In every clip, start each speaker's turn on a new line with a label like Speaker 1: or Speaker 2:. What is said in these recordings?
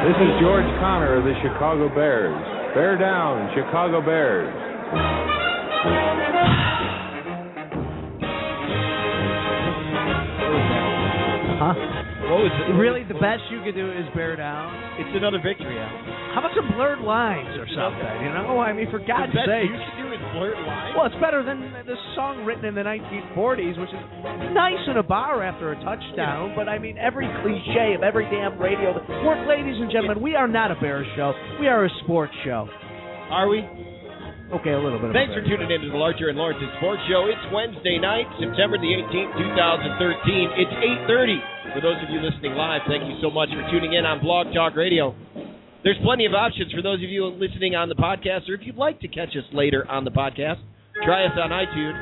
Speaker 1: This is George Connor of the Chicago Bears. Bear down, Chicago Bears.
Speaker 2: Huh?
Speaker 3: What was it?
Speaker 2: Really, the best you could do is bear down.
Speaker 3: It's another victory, Al.
Speaker 2: How about some blurred lines or something? You know, I mean, for God's
Speaker 3: the best
Speaker 2: sake.
Speaker 3: you can do is blurt lines.
Speaker 2: Well, it's better than the song written in the 1940s, which is nice in a bar after a touchdown, but I mean, every cliche of every damn radio. Work, ladies and gentlemen, we are not a Bears show. We are a sports show.
Speaker 3: Are we?
Speaker 2: Okay, a little bit of
Speaker 3: Thanks
Speaker 2: a
Speaker 3: for
Speaker 2: Bears
Speaker 3: tuning in to the Larger and Lawrence Sports Show. It's Wednesday night, September the 18th, 2013. It's 8.30. For those of you listening live, thank you so much for tuning in on Blog Talk Radio. There's plenty of options for those of you listening on the podcast, or if you'd like to catch us later on the podcast, try us on iTunes.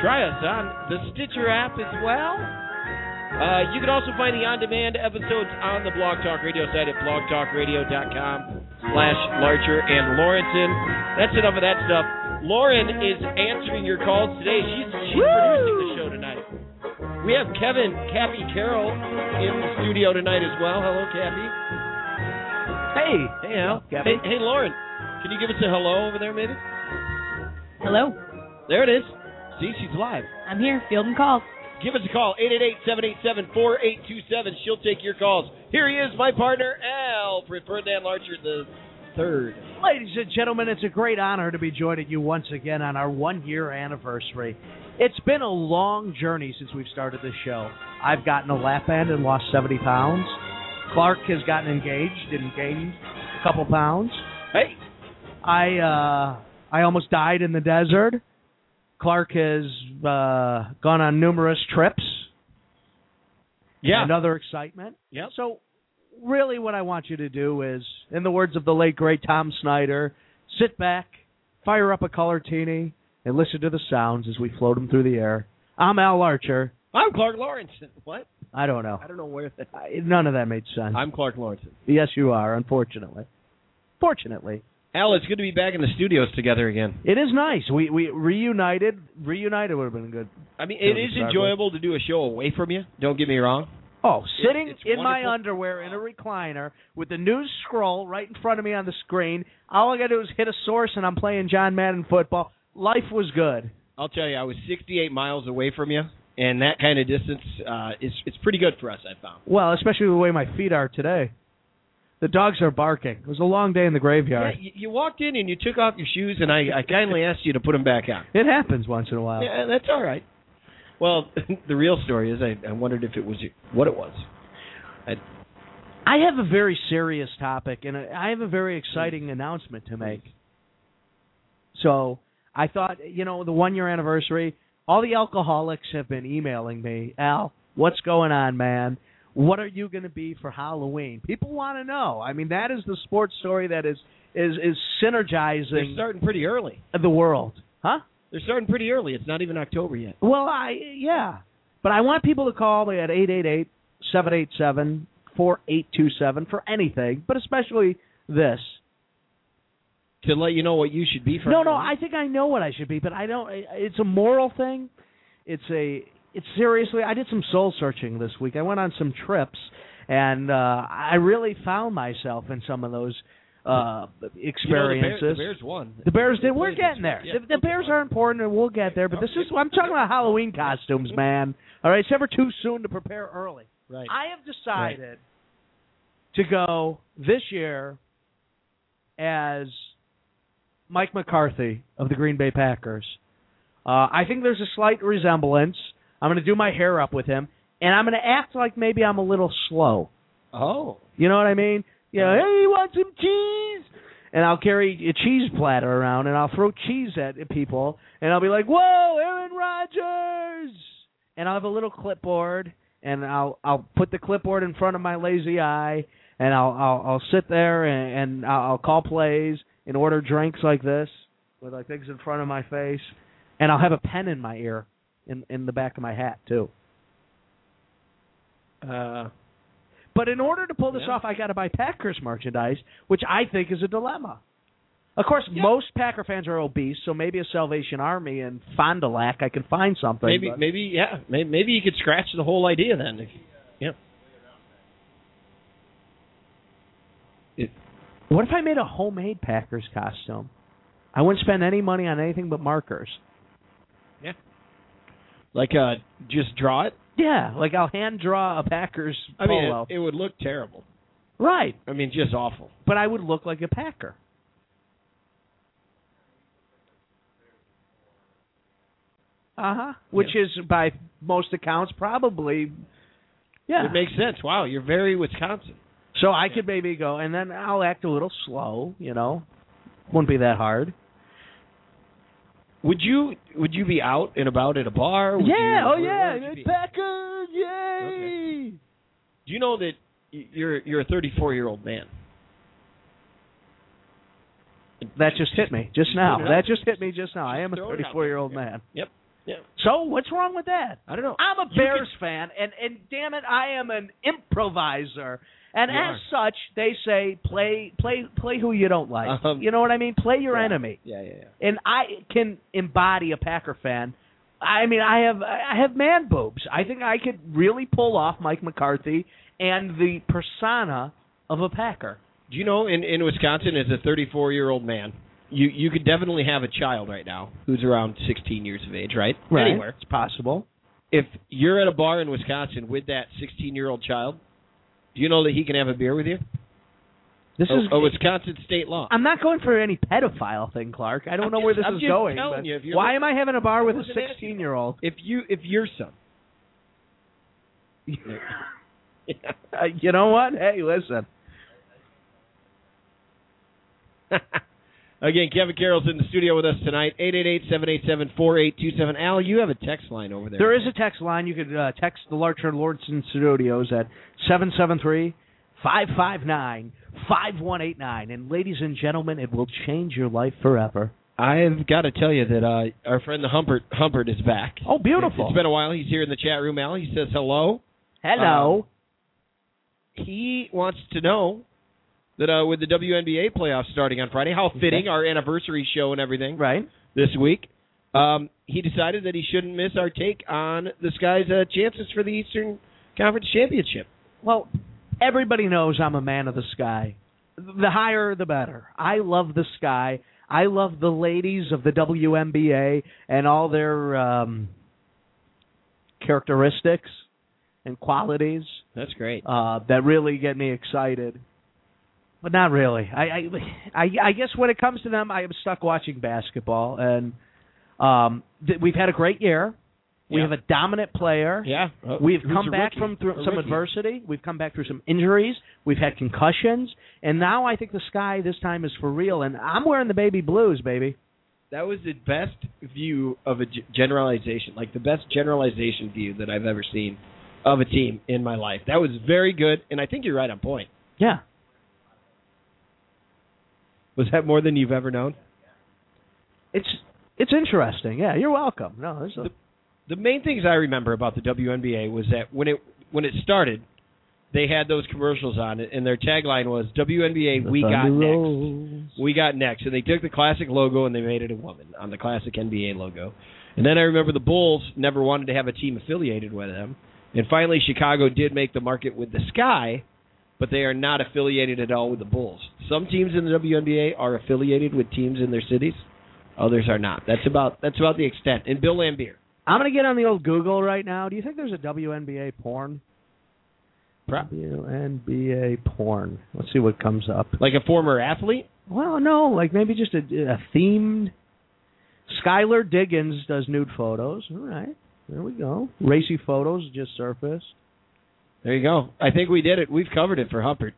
Speaker 3: Try us on the Stitcher app as well. Uh, you can also find the on-demand episodes on the Blog Talk Radio site at blogtalkradio.com slash Larcher and Lawrenson. That's enough of that stuff. Lauren is answering your calls today. She's, she's producing the show tonight. We have Kevin Cappy Carroll in the studio tonight as well. Hello, Cappy.
Speaker 2: Hey,
Speaker 3: Hey, Al.
Speaker 2: Cappy.
Speaker 3: Hey, hey, Lauren. Can you give us a hello over there, maybe?
Speaker 4: Hello,
Speaker 3: There it is. See, she's live.
Speaker 4: I'm here, fielding calls.
Speaker 3: Give us a call, 888-787-4827. She'll take your calls. Here he is, my partner, Al Ferdinand Larcher the third.
Speaker 2: ladies and gentlemen, it's a great honor to be joining you once again on our one-year anniversary. It's been a long journey since we've started this show. I've gotten a lap band and lost 70 pounds. Clark has gotten engaged and gained a couple pounds.
Speaker 3: Hey,
Speaker 2: I uh, I almost died in the desert. Clark has uh, gone on numerous trips.
Speaker 3: yeah,
Speaker 2: Another excitement.
Speaker 3: Yep.
Speaker 2: So, really, what I want you to do is, in the words of the late great Tom Snyder, sit back, fire up a colortini, and listen to the sounds as we float them through the air. I'm Al Archer.
Speaker 3: I'm Clark Lawrence. What?
Speaker 2: I don't know.
Speaker 3: I don't know where that.
Speaker 2: I, none of that made sense.
Speaker 3: I'm Clark Lawrence.
Speaker 2: yes, you are. Unfortunately. Fortunately.
Speaker 3: Al, it's good to be back in the studios together again.
Speaker 2: It is nice. We we reunited. Reunited would have been good.
Speaker 3: I mean, it
Speaker 2: Feels
Speaker 3: is
Speaker 2: exactly.
Speaker 3: enjoyable to do a show away from you. Don't get me wrong.
Speaker 2: Oh, sitting
Speaker 3: it's
Speaker 2: in my
Speaker 3: wonderful.
Speaker 2: underwear in a recliner with the news scroll right in front of me on the screen. All I got to do is hit a source, and I'm playing John Madden football. Life was good.
Speaker 3: I'll tell you, I was 68 miles away from you, and that kind of distance uh, is it's pretty good for us. I found.
Speaker 2: Well, especially the way my feet are today. The dogs are barking. It was a long day in the
Speaker 3: Yeah,
Speaker 2: graveyard.
Speaker 3: you, you walked in and you took off your shoes, and I, I kindly asked you to put them back on.
Speaker 2: It happens once in a while.
Speaker 3: Yeah, that's all right. Uh, Well, the real story is I, I wondered if it was you- what it was.
Speaker 2: I have a very serious topic, and I I have a very exciting announcement to make. So I thought, you know, the one year anniversary, all the alcoholics have been emailing me, Al, what's going on, man? What are you going to be for Halloween? People want to know. I mean, that is the sports story that is is is
Speaker 3: They're
Speaker 2: synergizing
Speaker 3: starting pretty early.
Speaker 2: the world, huh?
Speaker 3: They're starting pretty early. It's not even October yet.
Speaker 2: Well, I yeah, but I want people to call me at 888-787-4827 for anything, but especially this.
Speaker 3: To let you know what you should be for.
Speaker 2: No, no, I
Speaker 3: Halloween.
Speaker 2: think I know what I should be, but I don't. It's a moral thing. It's a. It's seriously. I did some soul searching this week. I went on some trips, and uh, I really found myself in some of those uh,
Speaker 3: You know, the Bear-
Speaker 2: experiences.
Speaker 3: the, Bears won.
Speaker 2: The Bears did. We're
Speaker 3: Wait,
Speaker 2: getting there.
Speaker 3: yeah,
Speaker 2: The, the Bears are important, and we'll get there. But this is. I'm talking about Halloween costumes, man. All right, it's never too soon to prepare early.
Speaker 3: Right.
Speaker 2: I have decided to go this year as Mike McCarthy of the Green Bay Packers. Uh, I think there's a slight resemblance. I'm going to do my hair up with him, and I'm going to act like maybe I'm a little slow.
Speaker 3: Oh.
Speaker 2: You know what I mean? You know, hey, you want some cheese? And I'll carry a cheese platter around and I'll throw cheese at people and I'll be like, "Whoa, Aaron Rodgers!" And I'll have a little clipboard and I'll I'll put the clipboard in front of my lazy eye and I'll I'll, I'll sit there and, and I'll, I'll call plays and order drinks like this with like things in front of my face and I'll have a pen in my ear in in the back of my hat too.
Speaker 3: Uh,
Speaker 2: But in order to pull this
Speaker 3: Yeah.
Speaker 2: off, I got to buy Packers merchandise, which I think is a dilemma. Of course, most Packer fans are obese, so maybe a Salvation Army and Fond du Lac, I can find something.
Speaker 3: maybe,
Speaker 2: but-
Speaker 3: maybe, yeah, maybe, maybe you could scratch the whole idea then. If, yeah. it,
Speaker 2: What if I made a homemade Packers costume? I wouldn't spend any money on anything but markers.
Speaker 3: like uh, just draw it.
Speaker 2: Yeah, like I'll hand draw a Packers
Speaker 3: I mean,
Speaker 2: polo.
Speaker 3: it, it would look terrible.
Speaker 2: right,
Speaker 3: I mean, just awful.
Speaker 2: but I would look like a Packer. Uh huh. Which is by most accounts probably. Yeah.
Speaker 3: It makes sense. Wow, you're very Wisconsin.
Speaker 2: So I could maybe go, and then I'll act a little slow. You know, wouldn't be that hard.
Speaker 3: Would you would you be out and about at a bar? Would
Speaker 2: yeah.
Speaker 3: you-
Speaker 2: oh
Speaker 3: where-
Speaker 2: yeah.
Speaker 3: where would you be?
Speaker 2: Packers. Yay.
Speaker 3: Do you know that y- you're you're a 34 year old man?
Speaker 2: That just hit me just now.
Speaker 3: Throw it
Speaker 2: That
Speaker 3: out.
Speaker 2: just hit me just now. I am a
Speaker 3: Throw it out
Speaker 2: 34 year old
Speaker 3: there.
Speaker 2: man.
Speaker 3: Yep. Yeah.
Speaker 2: So what's wrong with that?
Speaker 3: I don't know.
Speaker 2: I'm a
Speaker 3: You
Speaker 2: Bears fan, and and damn it, I am an improviser. And
Speaker 3: You
Speaker 2: as such, they say play play play who you don't like.
Speaker 3: Um,
Speaker 2: you know what I mean? Play your
Speaker 3: Yeah.
Speaker 2: enemy.
Speaker 3: Yeah, yeah, yeah.
Speaker 2: And I can embody a Packer fan. I mean, I have I have man boobs. I think I could really pull off Mike McCarthy and the persona of a Packer.
Speaker 3: Do you know in in Wisconsin as a 34 year old man, you you could definitely have a child right now who's around 16 years of age, right? Anywhere.
Speaker 2: it's possible.
Speaker 3: If you're at a bar in Wisconsin with that 16 year old child, do you know that he can have a beer with you?
Speaker 2: This
Speaker 3: a,
Speaker 2: is
Speaker 3: a Wisconsin state law.
Speaker 2: I'm not going for any pedophile thing, Clark. I don't
Speaker 3: I'm
Speaker 2: know
Speaker 3: just-
Speaker 2: where this
Speaker 3: I'm
Speaker 2: is
Speaker 3: just
Speaker 2: going.
Speaker 3: telling
Speaker 2: but
Speaker 3: you, if you're-
Speaker 2: why am I having a bar with a
Speaker 3: wasn't asking.
Speaker 2: 16 year old?
Speaker 3: If you if your son,
Speaker 2: Uh, you know what? Hey, listen.
Speaker 3: Again, Kevin Carroll's in the studio with us tonight. 888-787-4827. Al, you have a text line over there.
Speaker 2: There is a text line. You could uh, text the Larcher Lordson Studios at 773 559 5189. And, ladies and gentlemen, it will change your life forever.
Speaker 3: I've got to tell you that uh, our friend the Humpert Humpert is back.
Speaker 2: Oh, beautiful.
Speaker 3: It's been a while. He's here in the chat room, Al. He says hello.
Speaker 2: Hello.
Speaker 3: He wants to know that uh, with the WNBA playoffs starting on Friday, how fitting our anniversary show and everything
Speaker 2: right.
Speaker 3: this week. Um, he decided that he shouldn't miss our take on this guy's uh, chances for the Eastern Conference Championship.
Speaker 2: Well, everybody knows I'm a man of the sky. The higher, the better. I love the sky. I love the ladies of the WNBA and all their um, characteristics and qualities
Speaker 3: That's great.
Speaker 2: uh, that really get me excited. But not really. I, I, I, I guess when it comes to them, I am stuck watching basketball, and um, th- we've had a great year. We
Speaker 3: Yeah.
Speaker 2: have a dominant player.
Speaker 3: Yeah, Uh,
Speaker 2: We've
Speaker 3: who's
Speaker 2: come
Speaker 3: a
Speaker 2: back from
Speaker 3: rookie? A
Speaker 2: through some
Speaker 3: rookie.
Speaker 2: adversity. We've come back through some injuries. We've had concussions, and now I think the sky this time is for real. And I'm wearing the baby blues, baby.
Speaker 3: That was the best view of a g- generalization, like the best generalization view that I've ever seen of a team in my life. That was very good, and I think you're right on point.
Speaker 2: Yeah,
Speaker 3: Was that more than you've ever known?
Speaker 2: it's it's interesting. Yeah, you're welcome. No, this is a,
Speaker 3: The main things I remember about the WNBA was that when it when it started, they had those commercials on it, and their tagline was WNBA We Got Next. We Got Next. And they took the classic logo and they made it a woman on the classic NBA logo. And then I remember the Bulls never wanted to have a team affiliated with them. And finally, Chicago did make the market with the Sky, but they are not affiliated at all with the Bulls. Some teams in the WNBA are affiliated with teams in their cities. Others are not. That's about that's about the extent. And Bill Lambier,
Speaker 2: I'm gonna get on the old Google right now. Do you think there's a WNBA porn?
Speaker 3: Pro-
Speaker 2: WNBA porn. Let's see what comes up.
Speaker 3: like a former athlete,
Speaker 2: Well, no, like maybe just a, a themed. Skylar Diggins does nude photos. All right, there we go. Racy photos just surfaced.
Speaker 3: There you go. I think we did it. We've covered it for Humpert.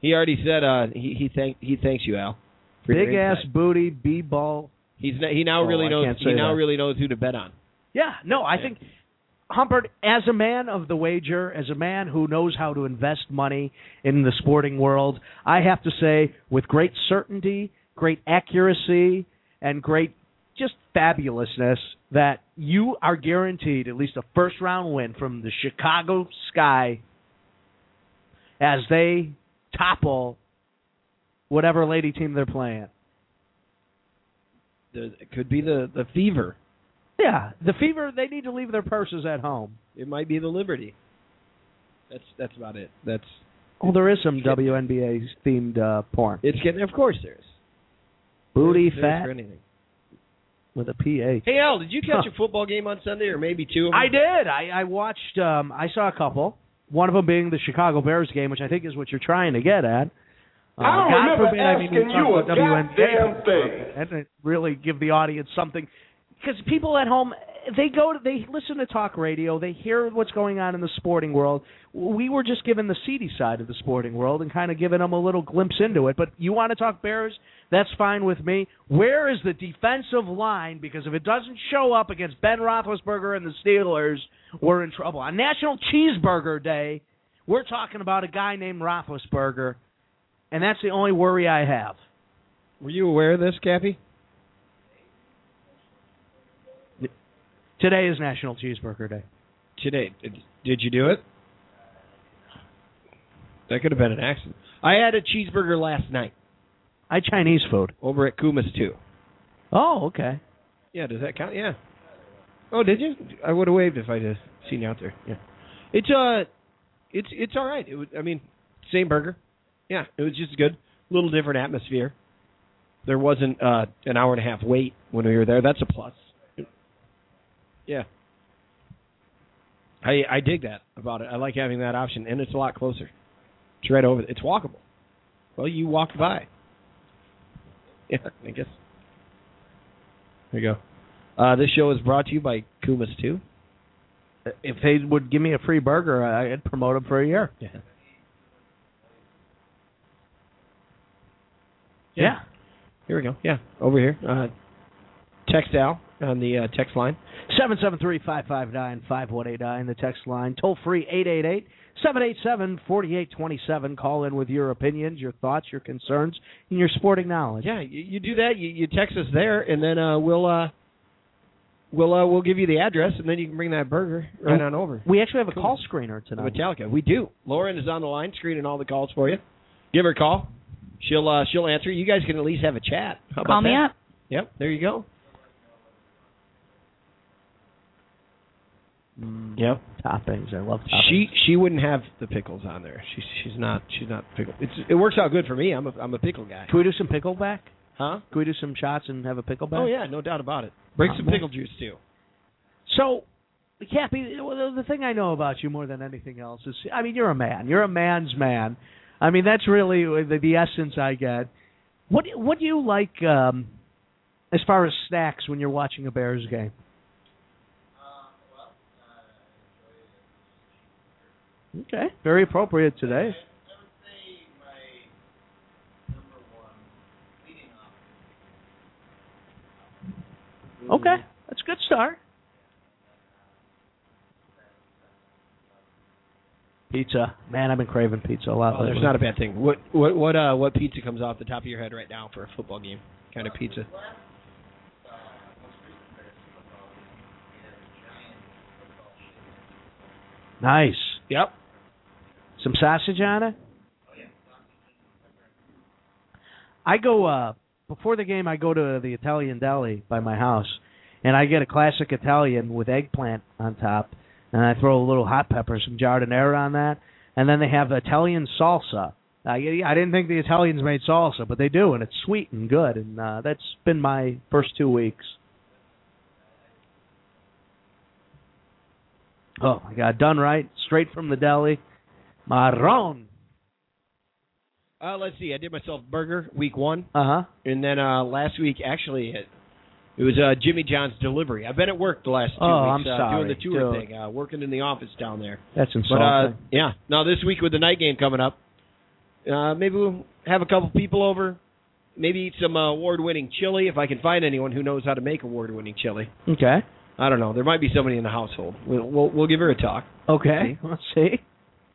Speaker 3: He already said uh, he he thank he thanks you Al. for your
Speaker 2: Big ass
Speaker 3: insight.
Speaker 2: booty, b ball.
Speaker 3: He's n- he now
Speaker 2: Oh,
Speaker 3: really
Speaker 2: I
Speaker 3: knows
Speaker 2: can't
Speaker 3: he
Speaker 2: say
Speaker 3: now
Speaker 2: that.
Speaker 3: really knows who to bet on.
Speaker 2: Yeah, no, I think Humpert, as a man of the wager, as a man who knows how to invest money in the sporting world, I have to say, with great certainty, great accuracy, and great just fabulousness, that you are guaranteed at least a first round win from the Chicago Sky as they topple whatever lady team they're playing.
Speaker 3: The, it could be the the Fever.
Speaker 2: Yeah, the Fever, they need to leave their purses at home.
Speaker 3: It might be the Liberty. That's that's about it. That's
Speaker 2: Well, Oh, there is some WNBA themed uh, porn.
Speaker 3: It's getting, of course, there is.
Speaker 2: Booty
Speaker 3: There's- there's
Speaker 2: fat
Speaker 3: for anything.
Speaker 2: with a PH.
Speaker 3: Hey Al, did you catch
Speaker 2: Huh.
Speaker 3: a football game on Sunday, or maybe two? Of them?
Speaker 2: I did. I, I watched. Um, I saw a couple. One of them being the Chicago Bears game, which I think is what you're trying to get at. Uh,
Speaker 5: I don't
Speaker 2: God
Speaker 5: remember
Speaker 2: forbid, I mean, we
Speaker 5: asking
Speaker 2: talk
Speaker 5: you a
Speaker 2: about WNBA.
Speaker 5: goddamn thing.
Speaker 2: That didn't really give the audience something, because people at home they go to they listen to talk radio, they hear what's going on in the sporting world. We were just given the seedy side of the sporting world and kind of giving them a little glimpse into it. But you want to talk Bears? That's fine with me. Where is the defensive line? Because if it doesn't show up against Ben Roethlisberger and the Steelers, we're in trouble. On National Cheeseburger Day, we're talking about a guy named Roethlisberger, and that's the only worry I have.
Speaker 3: Were you aware of this, Cappy?
Speaker 2: Today is National Cheeseburger Day.
Speaker 3: Today, did, did you do it? That could have been an accident. I had a cheeseburger last night
Speaker 2: I Chinese food.
Speaker 3: over at Kuma's too.
Speaker 2: Oh, okay.
Speaker 3: Yeah, does that count? Yeah. Oh, did you? I would have waved if I'd have seen you out there. Yeah. It's uh, it's it's all right. It was, I mean, same burger. Yeah, it was just good. A little different atmosphere. There wasn't uh an hour and a half wait when we were there. That's a plus. Yeah. I I dig that about it. I like having that option, and it's a lot closer. It's right over. It's walkable. Well, you walked by. Yeah, I guess. There you go. Uh, this show is brought to you by Kumas Two.
Speaker 2: If they would give me a free burger, I- I'd promote them for a year.
Speaker 3: Yeah.
Speaker 2: Yeah.
Speaker 3: Here we go. Yeah, over here. Uh, text Al on the uh, text line.
Speaker 2: Seven seven three five five nine five one eight nine. The text line toll free eight eight eight seven eight seven forty eight twenty seven. Call in with your opinions, your thoughts, your concerns, and your sporting knowledge.
Speaker 3: Yeah, you, you do that. You, you text us there, and then uh, we'll uh, we'll uh, we'll give you the address, and then you can bring that burger right on over.
Speaker 2: We actually have a
Speaker 3: Cool.
Speaker 2: call screener
Speaker 3: to
Speaker 2: tonight.
Speaker 3: Metallica. We do. Lauren is on the line screening all the calls for you. Give her a call. She'll uh, she'll answer. You guys can at least have a chat. How about
Speaker 4: Call me
Speaker 3: that?
Speaker 4: up.
Speaker 3: Yep. There you go. Yep.
Speaker 2: Toppings. I love toppings.
Speaker 3: Mm. She she wouldn't have the pickles on there. She's she's not she's not pickle. It's it works out good for me. I'm a I'm a pickle guy.
Speaker 2: Can we do some pickleback?
Speaker 3: Huh?
Speaker 2: Can we do some shots and have a pickleback?
Speaker 3: Oh yeah, no doubt about it. Bring some pickle juice too.
Speaker 2: So, Cappy, well, the the thing I know about you more than anything else is, I mean, you're a man. You're a man's man. I mean, that's really the, the essence I get. What What do you like um, as far as snacks when you're watching a Bears game? Okay, very appropriate today. Okay, that's a good start. Pizza, man, I've been craving pizza a lot.
Speaker 3: Oh, there's
Speaker 2: lately.
Speaker 3: not a bad thing. What what what uh what pizza comes off the top of your head right now for a football game? Kind of pizza.
Speaker 2: nice.
Speaker 3: Yep.
Speaker 2: Some sausage on it. I go uh before the game. I go to the Italian deli by my house, and I get a classic Italian with eggplant on top, and I throw a little hot pepper, some giardiniera on that, and then they have Italian salsa. I, I didn't think the Italians made salsa, but they do, and it's sweet and good, and uh, that's been my first two weeks. Oh my God, done right, straight from the deli, marron.
Speaker 3: Uh, let's see. I did myself burger week one,
Speaker 2: Uh huh.
Speaker 3: and then uh last week actually it, it was uh Jimmy John's delivery. I've been at work the last two
Speaker 2: Oh,
Speaker 3: weeks
Speaker 2: I'm
Speaker 3: uh,
Speaker 2: sorry,
Speaker 3: doing the tour
Speaker 2: dude.
Speaker 3: thing, uh, working in the office down there.
Speaker 2: That's
Speaker 3: But
Speaker 2: insulting.
Speaker 3: uh, yeah, now this week with the night game coming up, uh, maybe we'll have a couple people over. Maybe eat some uh, award-winning chili if I can find anyone who knows how to make award-winning chili.
Speaker 2: okay.
Speaker 3: I don't know. There might be somebody in the household. We'll we'll, we'll give her a talk.
Speaker 2: Okay. Let's see.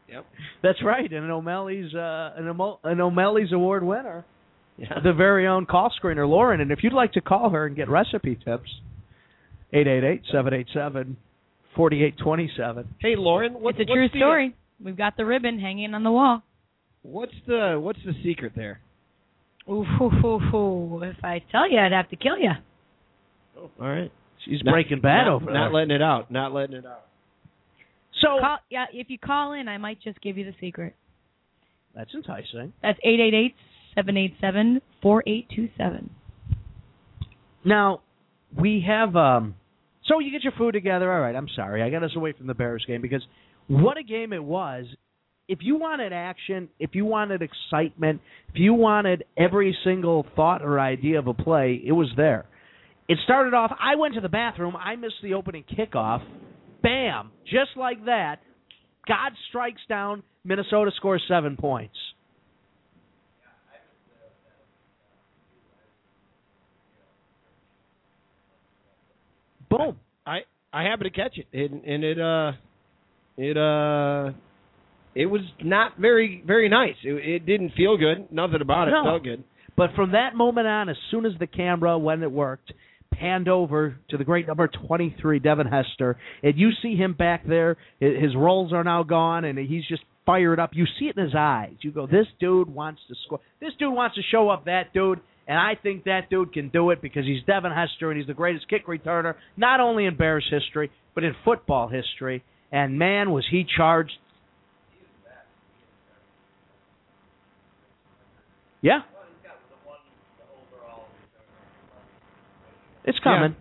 Speaker 3: Yep.
Speaker 2: That's right. And an O'Malley's uh, an, Omo- an O'Malley's award winner,
Speaker 3: Yeah.
Speaker 2: the very own call screener Lauren. And if you'd like to call her and get recipe tips, 888-787-4827.
Speaker 3: Hey Lauren, what,
Speaker 4: it's a
Speaker 3: what's
Speaker 4: true
Speaker 3: the,
Speaker 4: story. We've got the ribbon hanging on the wall.
Speaker 3: What's the what's the secret there?
Speaker 4: Ooh, hoo, hoo, hoo. if I tell you, I'd have to kill you.
Speaker 3: Oh, all right.
Speaker 2: She's
Speaker 3: Not-
Speaker 2: breaking bad
Speaker 3: not,
Speaker 2: over
Speaker 3: Not
Speaker 2: there.
Speaker 3: letting it out. Not letting it out.
Speaker 2: so
Speaker 4: Oh.
Speaker 2: uh,
Speaker 4: Call, yeah, if you call in, I might just give you the secret.
Speaker 2: That's enticing.
Speaker 4: That's 888-787-4827.
Speaker 2: Now, we have um so you get your food together. All right, I'm sorry. I got us away from the Bears game because what a game it was. If you wanted action, if you wanted excitement, if you wanted every single thought or idea of a play, it was there. It started off, I went to the bathroom, I missed the opening kickoff. Bam, just like that, God strikes down, Minnesota scores 7 points. Boom.
Speaker 3: I I happened to catch it, and, and it uh, it uh, it was not very very nice. It, it didn't feel good. Nothing about it
Speaker 2: No.
Speaker 3: felt good.
Speaker 2: But from that moment on, as soon as the camera, when it worked, panned over to the great number 23, Devin Hester, and you see him back there, hi- his rolls are now gone, and he's just fired up. You see it in his eyes. You go, this dude wants to score. This dude wants to show up that dude, and I think that dude can do it because he's Devin Hester, and he's the greatest kick returner, not only in Bears history, but in football history. And man, was he charged. Yeah. It's coming.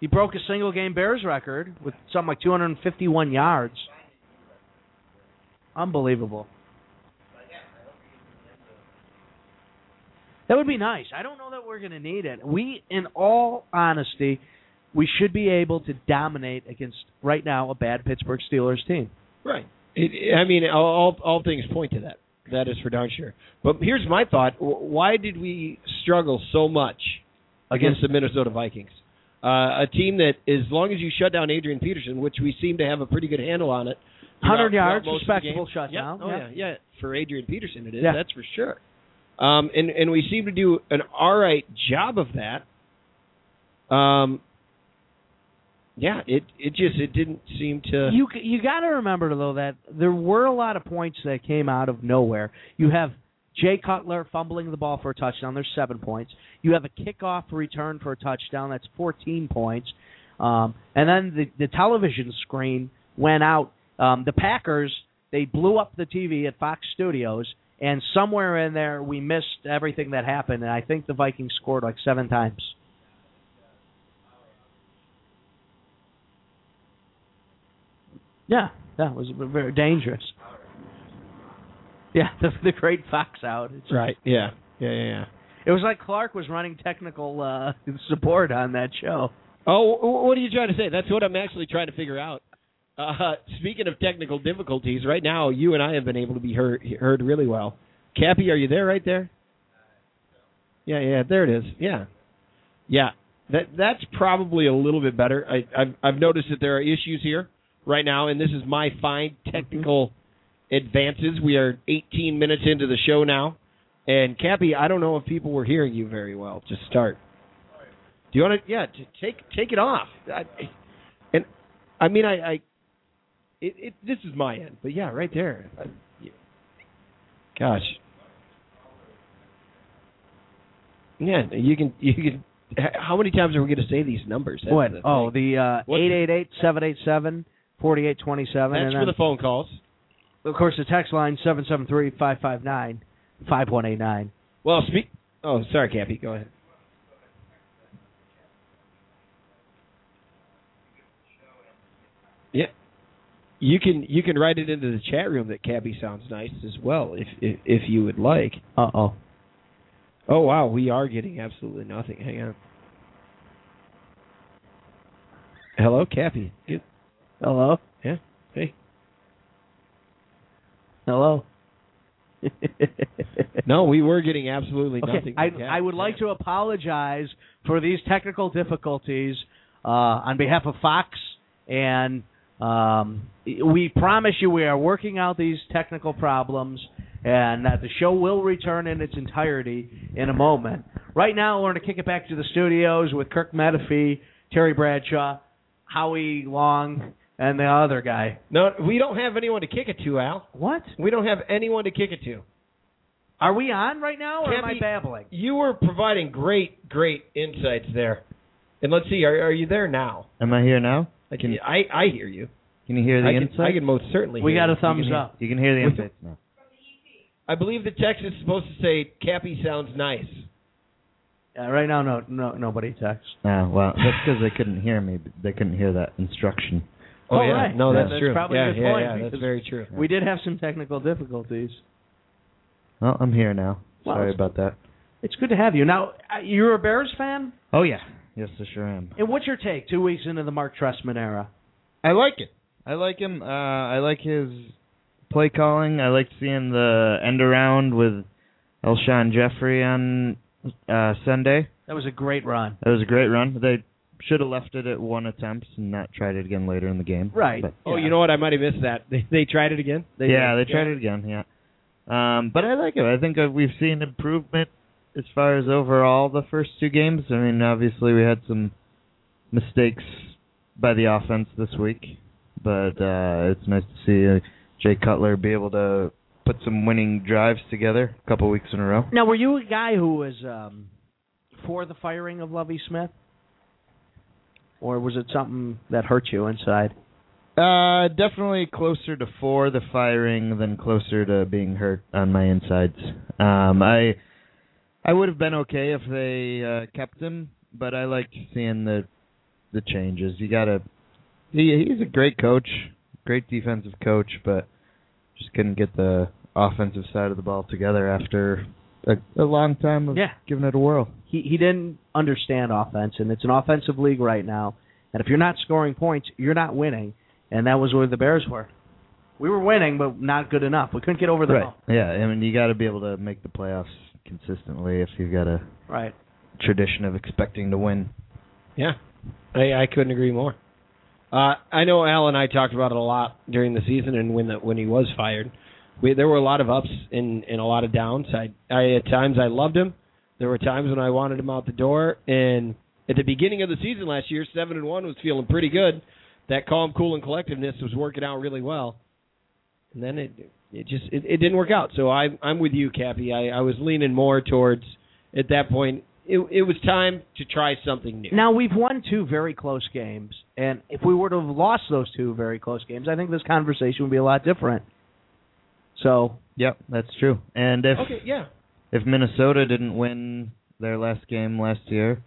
Speaker 2: He broke a single game Bears record with something like 251 yards. Unbelievable. That would be nice. I don't know that we're going to need it. We, in all honesty, we should be able to dominate against right now a bad Pittsburgh Steelers team.
Speaker 3: Right. It, I mean, all, all all things point to that. That is for darn sure. But here's my thought: W- Why did we struggle so much against the Minnesota Vikings, uh, a team that, as long as you shut down Adrian Peterson, which we seem to have a pretty good handle on it,
Speaker 2: 100
Speaker 3: throughout-
Speaker 2: yards,
Speaker 3: throughout most of the
Speaker 2: respectable
Speaker 3: game.
Speaker 2: shutdown.
Speaker 3: Yep. Oh, yeah, yeah. For Adrian Peterson, it is.
Speaker 2: Yeah.
Speaker 3: That's for sure. Um, and and we seem to do an all right job of that. Um, yeah, it it just it didn't seem to.
Speaker 2: you you got to remember though that there were a lot of points that came out of nowhere. You have Jay Cutler fumbling the ball for a touchdown. There's seven points. You have a kickoff return for a touchdown. That's 14 points. Um, and then the the television screen went out. Um, the Packers they blew up the TV at Fox Studios, and somewhere in there we missed everything that happened. And I think the Vikings scored like seven times. Yeah, yeah, it was very dangerous. Yeah, the, the great fox out. It's-
Speaker 3: Right. Yeah. Yeah. Yeah. yeah.
Speaker 2: It was like Clark was running technical uh, support on that show.
Speaker 3: Oh, wh- what are you trying to say? That's what I'm actually trying to figure out. Uh, speaking of technical difficulties, right now you and I have been able to be heard, heard really well. Cappy, are you there? Right there? Yeah, yeah, there it is. Yeah, yeah. That that's probably a little bit better. I, I've I've noticed that there are issues here right now, and this is my fine technical advances. We are 18 minutes into the show now, and Cappy, I don't know if people were hearing you very well to start. Do you want to? Yeah, t- take take it off. I, and I mean, I, I it, it this is my end, but yeah, right there. I, yeah. Gosh. Yeah, you can you can. h- How many times are we going to say these numbers? That's
Speaker 2: what?
Speaker 3: the thing.
Speaker 2: oh, the
Speaker 3: What-
Speaker 2: eight eight eight seven eight seven forty eight twenty seven,
Speaker 3: that's
Speaker 2: and
Speaker 3: for
Speaker 2: then
Speaker 3: the phone calls.
Speaker 2: of course the text line seven seven three five five nine five one eight nine.
Speaker 3: Well, speak. Oh, sorry, Cappy. Go ahead. Yeah, you can you can write it into the chat room that Cappy sounds nice as well, if if, if you would like.
Speaker 2: Uh oh.
Speaker 3: Oh wow, we are getting absolutely nothing. Hang on. Hello, Cappy. Good.
Speaker 2: Hello.
Speaker 3: Yeah. Hey.
Speaker 2: Hello.
Speaker 3: No, we were getting absolutely
Speaker 2: Okay,
Speaker 3: nothing.
Speaker 2: I,
Speaker 3: from
Speaker 2: I
Speaker 3: Cappy.
Speaker 2: would like to apologize for these technical difficulties uh, on behalf of Fox, and um, we promise you we are working out these technical problems, and that the show will return in its entirety in a moment. Right now, we're going to kick it back to the studios with Kirk Metafee, Terry Bradshaw, Howie Long, and the other guy.
Speaker 3: No, we don't have anyone to kick it to, Al.
Speaker 2: What
Speaker 3: We don't have anyone to kick it to.
Speaker 2: are we on right now, or am
Speaker 3: Can't
Speaker 2: I
Speaker 3: be-
Speaker 2: babbling?
Speaker 3: You were providing great, great insights there. And let's see, are, are you there now?
Speaker 5: Am I here now?
Speaker 3: I can, I, I hear you.
Speaker 5: Can you hear the
Speaker 3: I can,
Speaker 5: insight?
Speaker 3: I can most certainly.
Speaker 2: We
Speaker 3: hear
Speaker 2: got a
Speaker 3: you.
Speaker 2: thumbs
Speaker 5: you can hear,
Speaker 2: up.
Speaker 5: You can hear the
Speaker 3: We-
Speaker 5: insights now.
Speaker 3: I believe the text is supposed to say Cappy sounds nice.
Speaker 2: Uh, right now, no, no, nobody texts.
Speaker 5: Oh, well, that's because they couldn't hear me. but They couldn't hear that instruction.
Speaker 2: Oh, yeah. right.
Speaker 3: No,
Speaker 2: Yeah,
Speaker 3: that's,
Speaker 2: that's
Speaker 3: true.
Speaker 2: probably
Speaker 3: yeah,
Speaker 2: a good
Speaker 3: yeah,
Speaker 2: point,
Speaker 3: yeah, that's
Speaker 2: because-
Speaker 3: very true.
Speaker 2: We did have some technical difficulties.
Speaker 5: Well, I'm here now.
Speaker 2: Wow.
Speaker 5: Sorry about that.
Speaker 2: It's good to have you. Now, uh, you're a Bears fan,
Speaker 5: Oh yeah. Yes, I sure am.
Speaker 2: and what's your take two weeks into the Mark Trestman era?
Speaker 5: I like it. I like him. Uh, I like his play calling. I like seeing the end around with Elshon Jeffrey on uh, Sunday.
Speaker 2: That was a great run.
Speaker 5: That was a great run. They should have left it at one attempt and not tried it again later in the game.
Speaker 2: Right.
Speaker 5: But,
Speaker 3: Oh,
Speaker 5: yeah.
Speaker 3: you know what? I might have missed that. They, they tried it again.
Speaker 2: They
Speaker 5: yeah, they tried it again. Yeah. Um, but I like it. I think uh, we've seen improvement as far as overall the first two games. I mean, obviously we had some mistakes by the offense this week, but uh, it's nice to see uh, Jay Cutler be able to put some winning drives together a couple weeks in a row.
Speaker 2: Now, were you a guy who was um, for the firing of Lovey Smith, or was it something that hurt you inside?
Speaker 5: Uh, definitely closer to for the firing than closer to being hurt on my insides. Um, I I would have been okay if they uh, kept him, but I liked seeing the the changes. You gotta he he's a great coach, great defensive coach, but just couldn't get the offensive side of the ball together after a, a long time of
Speaker 2: Yeah.
Speaker 5: giving it a whirl.
Speaker 2: He he didn't understand offense, and it's an offensive league right now. And if you're not scoring points, you're not winning. And that was where the Bears were. We were winning, but not good enough. We couldn't get over the
Speaker 5: Right.
Speaker 2: hump.
Speaker 5: Yeah, I mean you gotta be able to make the playoffs consistently if you've got a
Speaker 2: Right.
Speaker 5: tradition of expecting to win.
Speaker 3: Yeah, I, I couldn't agree more. Uh, I know Al and I talked about it a lot during the season, and when the, when he was fired, we, there were a lot of ups and, and a lot of downs. I, I at times I loved him. There were times when I wanted him out the door. And at the beginning of the season last year, seven and one was feeling pretty good. That calm, cool, and collectiveness was working out really well. And then it it just it, it didn't work out. So I I'm with you, Cappy. I, I was leaning more towards at that point. It it was time to try something new.
Speaker 2: Now we've won two very close games, and if we were to have lost those two very close games, I think this conversation would be a lot different. So
Speaker 5: Yep, that's true. And if
Speaker 3: Okay, yeah.
Speaker 5: if Minnesota didn't win their last game last year,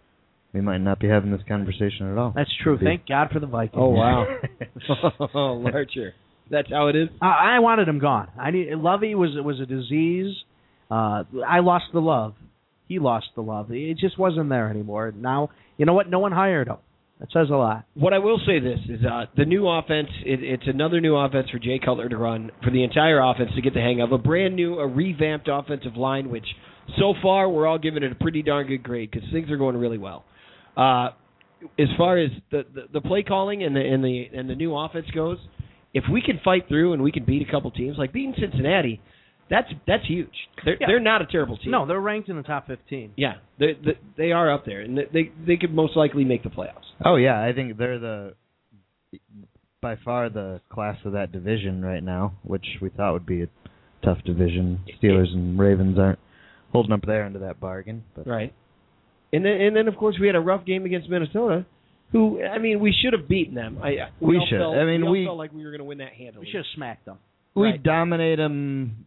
Speaker 5: we might not be having this conversation at all.
Speaker 2: that's true.
Speaker 5: Be-
Speaker 2: Thank God for the Vikings.
Speaker 3: Oh wow. oh, Larcher. That's how it is.
Speaker 2: Uh, I wanted him gone. I need Lovey was was a disease. Uh, I lost the love. He lost the love. It just wasn't there anymore. Now you know what? No one hired him. That says a lot.
Speaker 3: What I will say this is uh, the new offense. It, it's another new offense for Jay Cutler to run for the entire offense to get the hang of a brand new, a revamped offensive line. Which so far we're all giving it a pretty darn good grade because things are going really well. Uh, as far as the, the the play calling and the and the and the new offense goes, if we can fight through and we can beat a couple teams like beating Cincinnati, that's that's huge. They're
Speaker 2: Yeah.
Speaker 3: they're not a terrible team.
Speaker 2: No, they're ranked in the top fifteen.
Speaker 3: Yeah, they, they they are up there, and they they could most likely make the playoffs.
Speaker 5: Oh yeah, I think they're the by far the class of that division right now, which we thought would be a tough division. Steelers and Ravens aren't holding up their end of that bargain, but
Speaker 3: Right. And then and then of course we had a rough game against Minnesota, who I mean we should have beaten them. I I-
Speaker 5: We
Speaker 3: all
Speaker 5: should.
Speaker 3: Felt,
Speaker 5: I mean,
Speaker 3: all
Speaker 5: we-
Speaker 3: felt like we were going to win that handily.
Speaker 2: We should have smacked them.
Speaker 5: we
Speaker 3: Right.
Speaker 5: dominate 'em-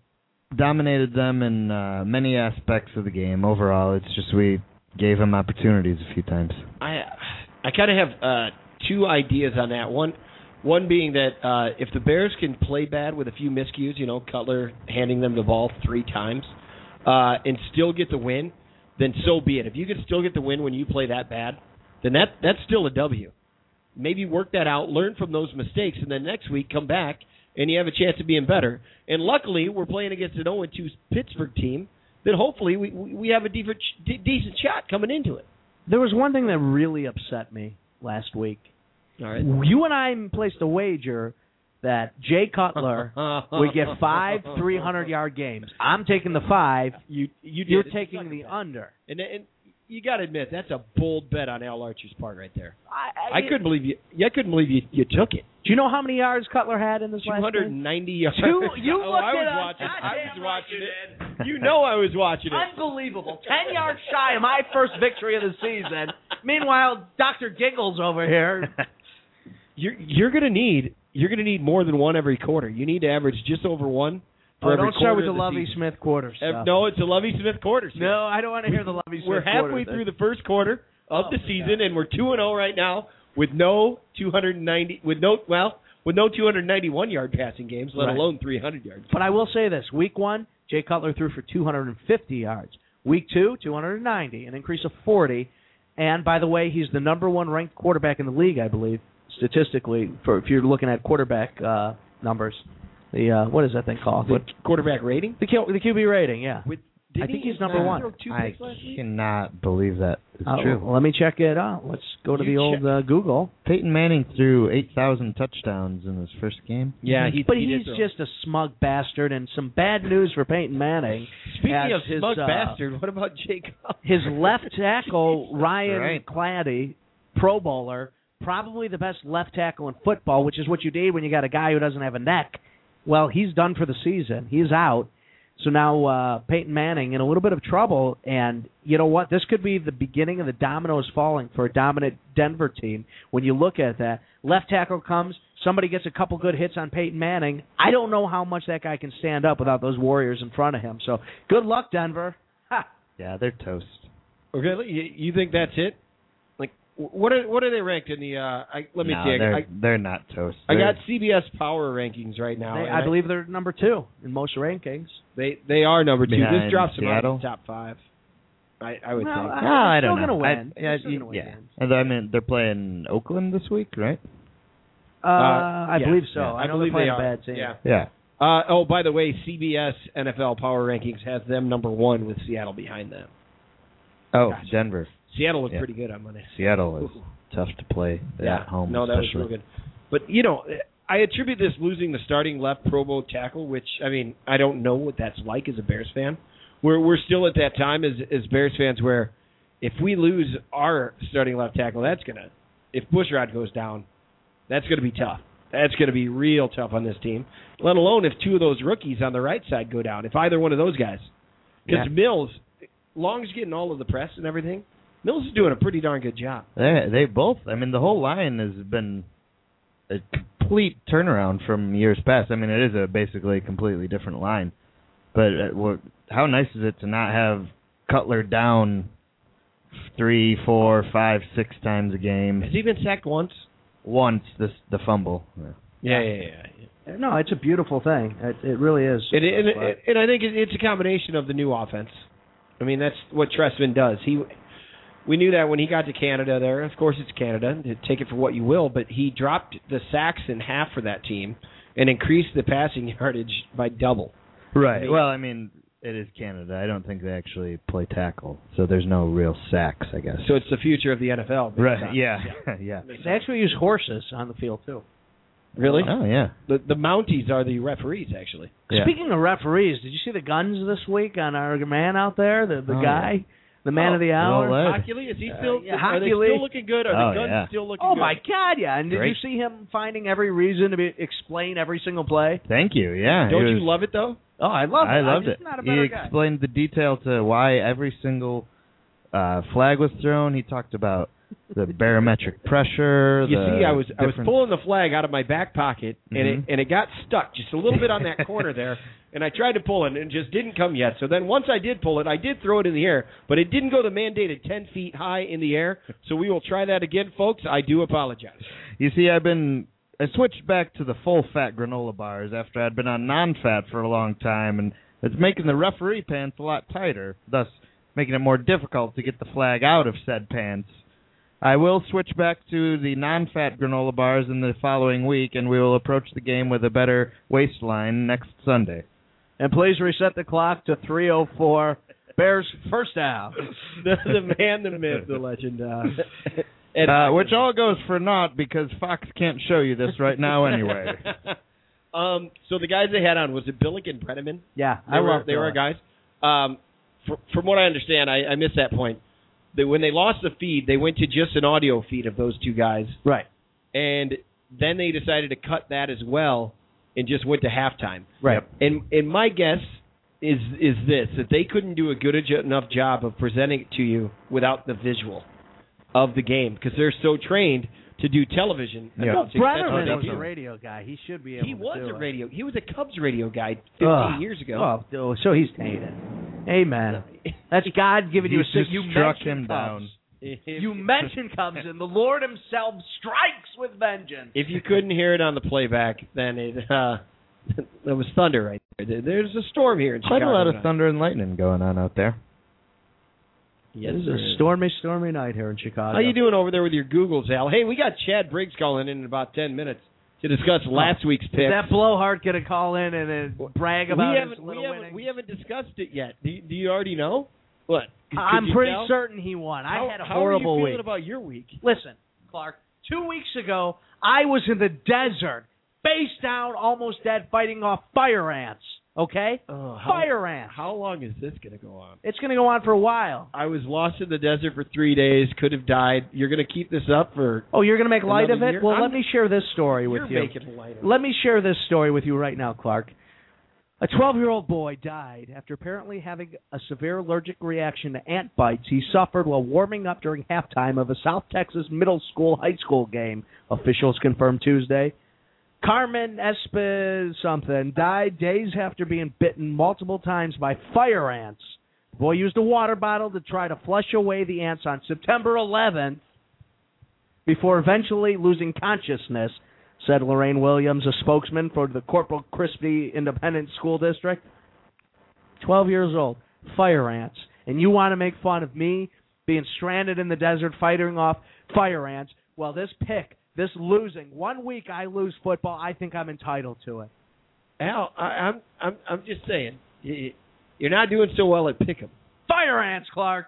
Speaker 5: dominated them in uh, many aspects of the game. Overall, it's just we gave them opportunities a few times.
Speaker 3: I I kind of have uh, two ideas on that one. One being that uh, if the Bears can play bad with a few miscues, you know, Cutler handing them the ball three times, uh, and still get the win, then so be it. If you can still get the win when you play that bad, then that that's still a W. Maybe work that out, learn from those mistakes, and then next week come back and you have a chance of being better. And luckily, we're playing against an 0 2 Pittsburgh team that hopefully we we we have a def- de- decent shot coming into it.
Speaker 2: There was one thing that really upset me last week.
Speaker 3: All right.
Speaker 2: You and I placed a wager that Jay Cutler would get five 300 yard games. I'm taking the five.
Speaker 3: You you
Speaker 2: You're
Speaker 3: did.
Speaker 2: taking the under.
Speaker 3: and, and you got to admit that's a bold bet on Al Archer's part right there.
Speaker 2: I,
Speaker 3: I couldn't believe you. Yeah, I couldn't believe you. You took it.
Speaker 2: Do you know how many yards Cutler had in this
Speaker 3: Two
Speaker 2: last
Speaker 3: hundred
Speaker 2: game?
Speaker 3: and ninety yards.
Speaker 2: Two- you
Speaker 3: oh, I
Speaker 2: looked it
Speaker 3: was
Speaker 2: up.
Speaker 3: watching. I was
Speaker 2: Goddamn right
Speaker 3: watching it. You know I was watching it.
Speaker 2: Unbelievable. 10 yards shy of my first victory of the season. Meanwhile, Dr. Giggles over here.
Speaker 3: You're you're gonna need you're gonna need more than one every quarter. You need to average just over one for
Speaker 2: oh,
Speaker 3: every
Speaker 2: don't start with
Speaker 3: quarter
Speaker 2: the
Speaker 3: of the
Speaker 2: Lovey
Speaker 3: season.
Speaker 2: Smith quarter
Speaker 3: Ev-
Speaker 2: stuff.
Speaker 3: No, it's a Lovey Smith quarter. Steve.
Speaker 2: No, I don't want to hear the Lovey Smith
Speaker 3: We're halfway through the first quarter of
Speaker 2: Oh,
Speaker 3: the
Speaker 2: my
Speaker 3: season, and we're two and zero right now with no 290 with no well with no 291 yard passing games, let
Speaker 2: Right.
Speaker 3: alone 300 yards.
Speaker 2: But I will say this: Week one, Jay Cutler threw for 250 yards. Week two, 290, an increase of 40. And by the way, he's the number one ranked quarterback in the league, I believe, statistically. For if you're looking at quarterback uh, numbers, the uh, what is that thing called?
Speaker 3: The
Speaker 2: What-
Speaker 3: quarterback rating?
Speaker 2: The, Q, the QB rating, yeah.
Speaker 3: With
Speaker 2: I think he's number one.
Speaker 5: I cannot believe that is
Speaker 2: Uh,
Speaker 5: true.
Speaker 2: Let me check it out. Let's go to
Speaker 3: You
Speaker 2: the old
Speaker 3: check-
Speaker 2: uh, Google.
Speaker 5: Peyton Manning threw 8,000 touchdowns in his first game.
Speaker 3: Yeah, he.
Speaker 2: but
Speaker 3: he did
Speaker 2: he's
Speaker 3: throw.
Speaker 2: just a smug bastard, and some bad news for Peyton Manning.
Speaker 3: speaking
Speaker 2: as
Speaker 3: of
Speaker 2: his,
Speaker 3: smug
Speaker 2: uh,
Speaker 3: bastard. What about Jake?
Speaker 2: His left tackle, Ryan
Speaker 5: Right.
Speaker 2: Claddy, Pro Bowler, probably the best left tackle in football, which is what you need when you got a guy who doesn't have a neck. Well, he's done for the season. He's out. So now uh, Peyton Manning in a little bit of trouble, and you know what? This could be the beginning of the dominoes falling for a dominant Denver team. When you look at that, left tackle comes, somebody gets a couple good hits on Peyton Manning. I don't know how much that guy can stand up without those Warriors in front of him. So good luck, Denver. Ha!
Speaker 5: Yeah, they're toast.
Speaker 3: Really? You, you think that's it? Like, wh- what are what are they ranked in the? Uh, I, let me
Speaker 5: no,
Speaker 3: see.
Speaker 5: They're,
Speaker 3: I,
Speaker 5: they're not toast.
Speaker 3: I
Speaker 5: They're-
Speaker 3: got CBS Power rankings right now.
Speaker 2: They,
Speaker 3: and
Speaker 2: I believe they're number two in most rankings.
Speaker 3: They they are number two.
Speaker 5: Behind
Speaker 3: This drops them out
Speaker 5: Seattle?
Speaker 3: of the top five. I, I would
Speaker 2: Well,
Speaker 3: think.
Speaker 2: I-
Speaker 5: No,
Speaker 2: They're
Speaker 5: I don't
Speaker 2: still
Speaker 5: know.
Speaker 2: gonna win.
Speaker 5: I,
Speaker 2: They're
Speaker 5: yeah,
Speaker 2: still gonna win
Speaker 5: yeah.
Speaker 2: games.
Speaker 5: And I mean, they're playing Oakland this week, right?
Speaker 2: Uh, I
Speaker 3: yeah,
Speaker 2: believe so.
Speaker 5: yeah,
Speaker 2: I, know
Speaker 3: believe
Speaker 2: they're playing
Speaker 3: they are.
Speaker 2: a bad team.
Speaker 3: Yeah.
Speaker 5: Yeah.
Speaker 3: Uh, oh, by the way, CBS NFL Power Rankings has them number one with Seattle behind them.
Speaker 5: Oh,
Speaker 3: Gotcha.
Speaker 5: Denver.
Speaker 3: Seattle looked
Speaker 5: Yeah.
Speaker 3: pretty good on Monday.
Speaker 5: Seattle is
Speaker 3: Ooh.
Speaker 5: tough to play at
Speaker 3: yeah.
Speaker 5: home.
Speaker 3: No, that
Speaker 5: especially.
Speaker 3: was real good. But you know, I attribute this losing the starting left Pro Bowl tackle, which I mean, I don't know what that's like as a Bears fan. We're we're still at that time as as Bears fans where if we lose our starting left tackle, that's gonna if Bushrod goes down, that's gonna be tough. That's gonna be real tough on this team. Let alone if two of those rookies on the right side go down. If either one of those guys, because
Speaker 5: Yeah.
Speaker 3: Mills, Long's getting all of the press and everything. Mills is doing a pretty darn good job.
Speaker 5: They they both. I mean, the whole line has been a complete turnaround from years past. I mean, it is a basically a completely different line. But uh, what, how nice is it to not have Cutler down three, four, five, six times a
Speaker 3: Has
Speaker 5: game
Speaker 3: he been sacked once?
Speaker 5: once this the fumble?
Speaker 3: Yeah, yeah, yeah.
Speaker 2: No, it's a beautiful thing. It, it really is.
Speaker 3: And, and, and, and I think it, it's a combination of the new offense. I mean, that's what Tressman does. He, we knew that when he got to Canada. There, of course, it's Canada. Take it for what you will, but he dropped the sacks in half for that team and increased the passing yardage by double.
Speaker 5: Right. Well, I mean, it is Canada. I don't think they actually play tackle, so there's no real sacks, I guess.
Speaker 3: So it's the future of the NFL. based
Speaker 5: right.
Speaker 3: on-
Speaker 5: Yeah. yeah.
Speaker 2: They actually use horses on the field too.
Speaker 3: Really?
Speaker 5: Oh yeah.
Speaker 3: The the Mounties are the referees, actually.
Speaker 5: Yeah.
Speaker 2: Speaking of referees, did you see the guns this week on our man out there, the the
Speaker 5: Oh,
Speaker 2: guy, the man
Speaker 3: Oh,
Speaker 2: of the hour?
Speaker 5: well, Good.
Speaker 3: Hockey Lee, is he still?
Speaker 2: Uh, yeah,
Speaker 3: are they
Speaker 2: Hockey Lee.
Speaker 3: still looking good? Are
Speaker 5: Oh,
Speaker 3: the guns
Speaker 5: yeah.
Speaker 3: still looking
Speaker 2: Oh
Speaker 3: good?
Speaker 2: my God! Yeah, and did
Speaker 5: Great.
Speaker 2: you see him finding every reason to be, explain every single play?
Speaker 5: Thank you. Yeah. it
Speaker 3: Don't you
Speaker 5: was-
Speaker 3: love it though?
Speaker 2: Oh, I love
Speaker 5: I
Speaker 2: it.
Speaker 5: loved
Speaker 2: I'm
Speaker 5: it.
Speaker 2: just Not a
Speaker 5: he
Speaker 2: better guy.
Speaker 5: explained the detail to why every single uh, flag was thrown. He talked about the barometric pressure.
Speaker 3: You
Speaker 5: the
Speaker 3: see, I was I was
Speaker 5: different-
Speaker 3: pulling the flag out of my back pocket, and it
Speaker 5: Mhm.
Speaker 3: and it got stuck just a little bit on that corner there. And I tried to pull it, and it just didn't come yet. So then once I did pull it, I did throw it in the air, but it didn't go the mandated ten feet high in the air. So we will try that again, folks. I do apologize.
Speaker 5: You see, I've been I switched back to the full fat granola bars after I'd been on non-fat for a long time, and it's making the referee pants a lot tighter, thus making it more difficult to get the flag out of said pants. I will switch back to the non-fat granola bars in the following week, and we will approach the game with a better waistline next Sunday.
Speaker 2: And please reset the clock to 3:04. Bears first down.
Speaker 3: the, the man, the myth, the legend. Uh, Ed
Speaker 5: Uh,
Speaker 3: Hockey.
Speaker 5: which all goes for naught because Fox can't show you this right now anyway.
Speaker 3: um, so the guys they had on was it Billick and Brenneman?
Speaker 2: Yeah,
Speaker 3: They
Speaker 2: I
Speaker 3: were,
Speaker 2: love
Speaker 3: they were
Speaker 2: Dillon.
Speaker 3: guys. Um, fr- from what I understand, I, I missed that point. That when they lost the feed, they went to just an audio feed of those two guys,
Speaker 2: Right.
Speaker 3: and then they decided to cut that as well and just went to halftime.
Speaker 2: Right.
Speaker 3: And and my guess is is this that they couldn't do a good a- enough job of presenting it to you without the visual of the game because they're so trained to do television.
Speaker 5: Yeah.
Speaker 2: Well,
Speaker 3: That's exactly
Speaker 5: Oh,
Speaker 2: Bretterman
Speaker 5: that
Speaker 3: what
Speaker 2: was
Speaker 3: they
Speaker 2: a
Speaker 3: do.
Speaker 2: radio guy. He should be able
Speaker 3: He
Speaker 2: to
Speaker 3: was
Speaker 2: do
Speaker 3: a
Speaker 2: it.
Speaker 3: radio. He was a Cubs radio guy 15
Speaker 2: Ugh.
Speaker 3: years ago.
Speaker 2: Oh, oh, so he's tainted. Amen. That's God giving
Speaker 5: You
Speaker 2: you a sick.
Speaker 5: just struck him down.
Speaker 2: You mention comes in. The Lord Himself strikes with vengeance.
Speaker 3: If you couldn't hear it on the playback, then it uh, that was thunder right there. There's a storm here in
Speaker 5: Quite a
Speaker 3: Chicago
Speaker 5: lot of
Speaker 3: tonight.
Speaker 5: thunder and lightning going on out there.
Speaker 3: Yes,
Speaker 2: this is
Speaker 3: there
Speaker 2: a stormy, stormy night here in Chicago.
Speaker 3: How you doing over there with your Googles, Al? Hey, we got Chad Briggs calling in in about 10 minutes to discuss last week's pick.
Speaker 2: Oh, Is that blowhard gonna call in and uh, brag about
Speaker 3: we
Speaker 2: his
Speaker 3: haven't, we
Speaker 2: little
Speaker 3: haven't,
Speaker 2: winnings?
Speaker 3: we haven't discussed it yet. Do you, do you already know? What? Could-
Speaker 2: I'm
Speaker 3: could you
Speaker 2: pretty
Speaker 3: tell?
Speaker 2: certain he won.
Speaker 3: How-
Speaker 2: I had a
Speaker 3: how
Speaker 2: horrible
Speaker 3: are you
Speaker 2: week.
Speaker 3: feeling about your week?
Speaker 2: Listen, Clark. Two weeks ago, I was in the desert, face down, almost dead, fighting off fire ants. Okay,
Speaker 3: Oh, how,
Speaker 2: fire ants.
Speaker 3: How long is this going to go on?
Speaker 2: It's gonna go on for a while.
Speaker 3: I was lost in the desert for three days. Could have died. You're going to keep this up for?
Speaker 2: Oh, you're going to make light
Speaker 3: Another
Speaker 2: of it?
Speaker 3: year?
Speaker 2: Well,
Speaker 3: I'm-
Speaker 2: let me share this story with
Speaker 3: You're
Speaker 2: you.
Speaker 3: making light of it.
Speaker 2: Let me share this story with you right now, Clark. A 12 year old boy died after apparently having a severe allergic reaction to ant bites he suffered while warming up during halftime of a South Texas middle school high school game, officials confirmed Tuesday. Carmen Espe something died days after being bitten multiple times by fire ants. The boy used a water bottle to try to flush away the ants on September 11th before eventually losing consciousness, said Lorraine Williams, a spokesman for the Corporal Christie Independent School District. 12 years old, fire ants. And you want to make fun of me being stranded in the desert fighting off fire ants? Well, this pick, this losing, one week I lose football, I think I'm entitled to it.
Speaker 3: Al, I, I'm I'm I'm just saying, y- y- you're not doing so well at Pick'em.
Speaker 2: Fire ants, Clark!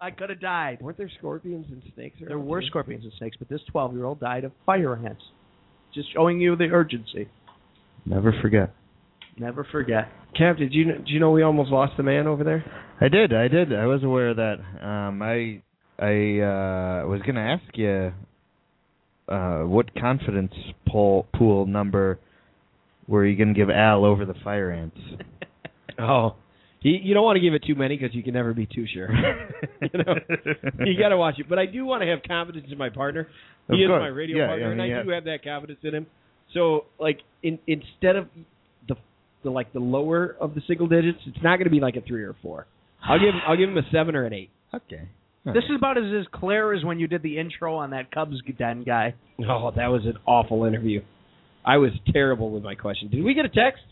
Speaker 2: I could have died.
Speaker 3: Weren't there scorpions and snakes? around
Speaker 2: There were
Speaker 3: too?
Speaker 2: scorpions and snakes, but this 12 year old died of fire ants. Just showing you the urgency.
Speaker 5: Never forget.
Speaker 2: Never forget.
Speaker 3: Cap, did you did you know we almost lost the man over there?
Speaker 5: I did. I did. I was aware of that. Um, I I uh, was going to ask you uh, what confidence pool pool number were you going to give Al over the fire ants?
Speaker 3: Oh, you, you don't want to give it too many because you can never be too sure. you know, you got to watch it. But I do want to have confidence in my partner.
Speaker 5: Of
Speaker 3: he
Speaker 5: course.
Speaker 3: is my radio
Speaker 5: Yeah,
Speaker 3: partner,
Speaker 5: I mean,
Speaker 3: and I
Speaker 5: yeah.
Speaker 3: do have that confidence in him. So, like, in, instead of the, the like the lower of the single digits, it's not going to be like a three or a four. I'll give him, I'll give him a seven or an eight.
Speaker 5: Okay.
Speaker 2: This is about as, as clear as when you did the intro on that Cubs den guy.
Speaker 3: Oh, that was an awful interview. I was terrible with my question. Did we get a text?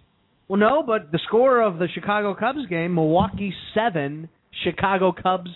Speaker 2: Well, no, but the score of the Chicago Cubs game: Milwaukee seven, Chicago Cubs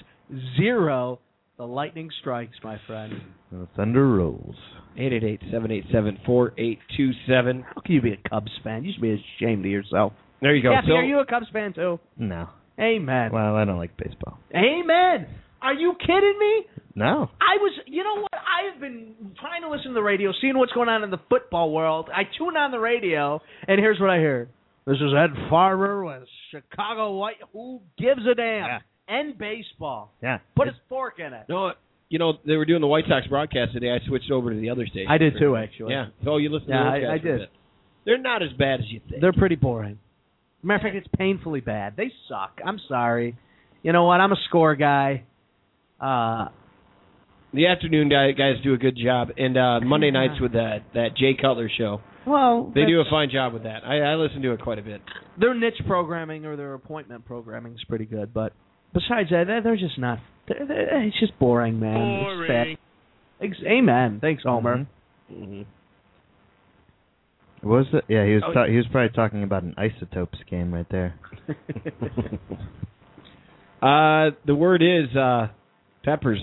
Speaker 2: zero. The lightning strikes, my friend.
Speaker 5: The thunder rolls.
Speaker 3: Eight eight eight seven eight seven four eight two seven.
Speaker 2: How can you be a Cubs fan? You should be ashamed of yourself.
Speaker 3: There you go.
Speaker 2: Kathy,
Speaker 3: So-
Speaker 2: are you a Cubs fan too?
Speaker 5: No.
Speaker 2: Amen.
Speaker 5: Well, I don't like baseball.
Speaker 2: Amen. Are you kidding me?
Speaker 5: No.
Speaker 2: I was, you know what? I've been trying to listen to the radio, seeing what's going on in the football world. I tune on the radio, and here's what I hear. This is Ed Farmer with Chicago White. Who gives a damn? And baseball.
Speaker 5: Yeah.
Speaker 2: Put his fork in it.
Speaker 3: No, you know they were doing the White Sox broadcast today. I switched over to the other station.
Speaker 2: I did too, actually.
Speaker 3: Yeah. So you listen
Speaker 2: Yeah,
Speaker 3: to those
Speaker 2: I- I
Speaker 3: guys for a
Speaker 2: did.
Speaker 3: bit. They're not as bad as you think.
Speaker 2: They're pretty boring. Matter of fact, it's painfully bad. They suck. I'm sorry. You know what? I'm a score guy. Uh,
Speaker 3: the afternoon guy, guys do a good job, and uh Monday nights with that that Jay Cutler show,
Speaker 2: well,
Speaker 3: they do a
Speaker 2: that's-
Speaker 3: fine job with that. I, I listen to it quite a bit.
Speaker 2: their niche programming or their appointment programming is pretty good, but besides that, they're, they're just not. They're, they're, it's just boring, man. It's fat. Ex- Amen. Thanks, Homer.
Speaker 5: Mhm.
Speaker 2: Mm-hmm.
Speaker 5: What was the? Yeah, he was.
Speaker 3: Oh,
Speaker 5: ta- he was probably talking about an isotopes game right there.
Speaker 3: uh, the word is uh, peppers.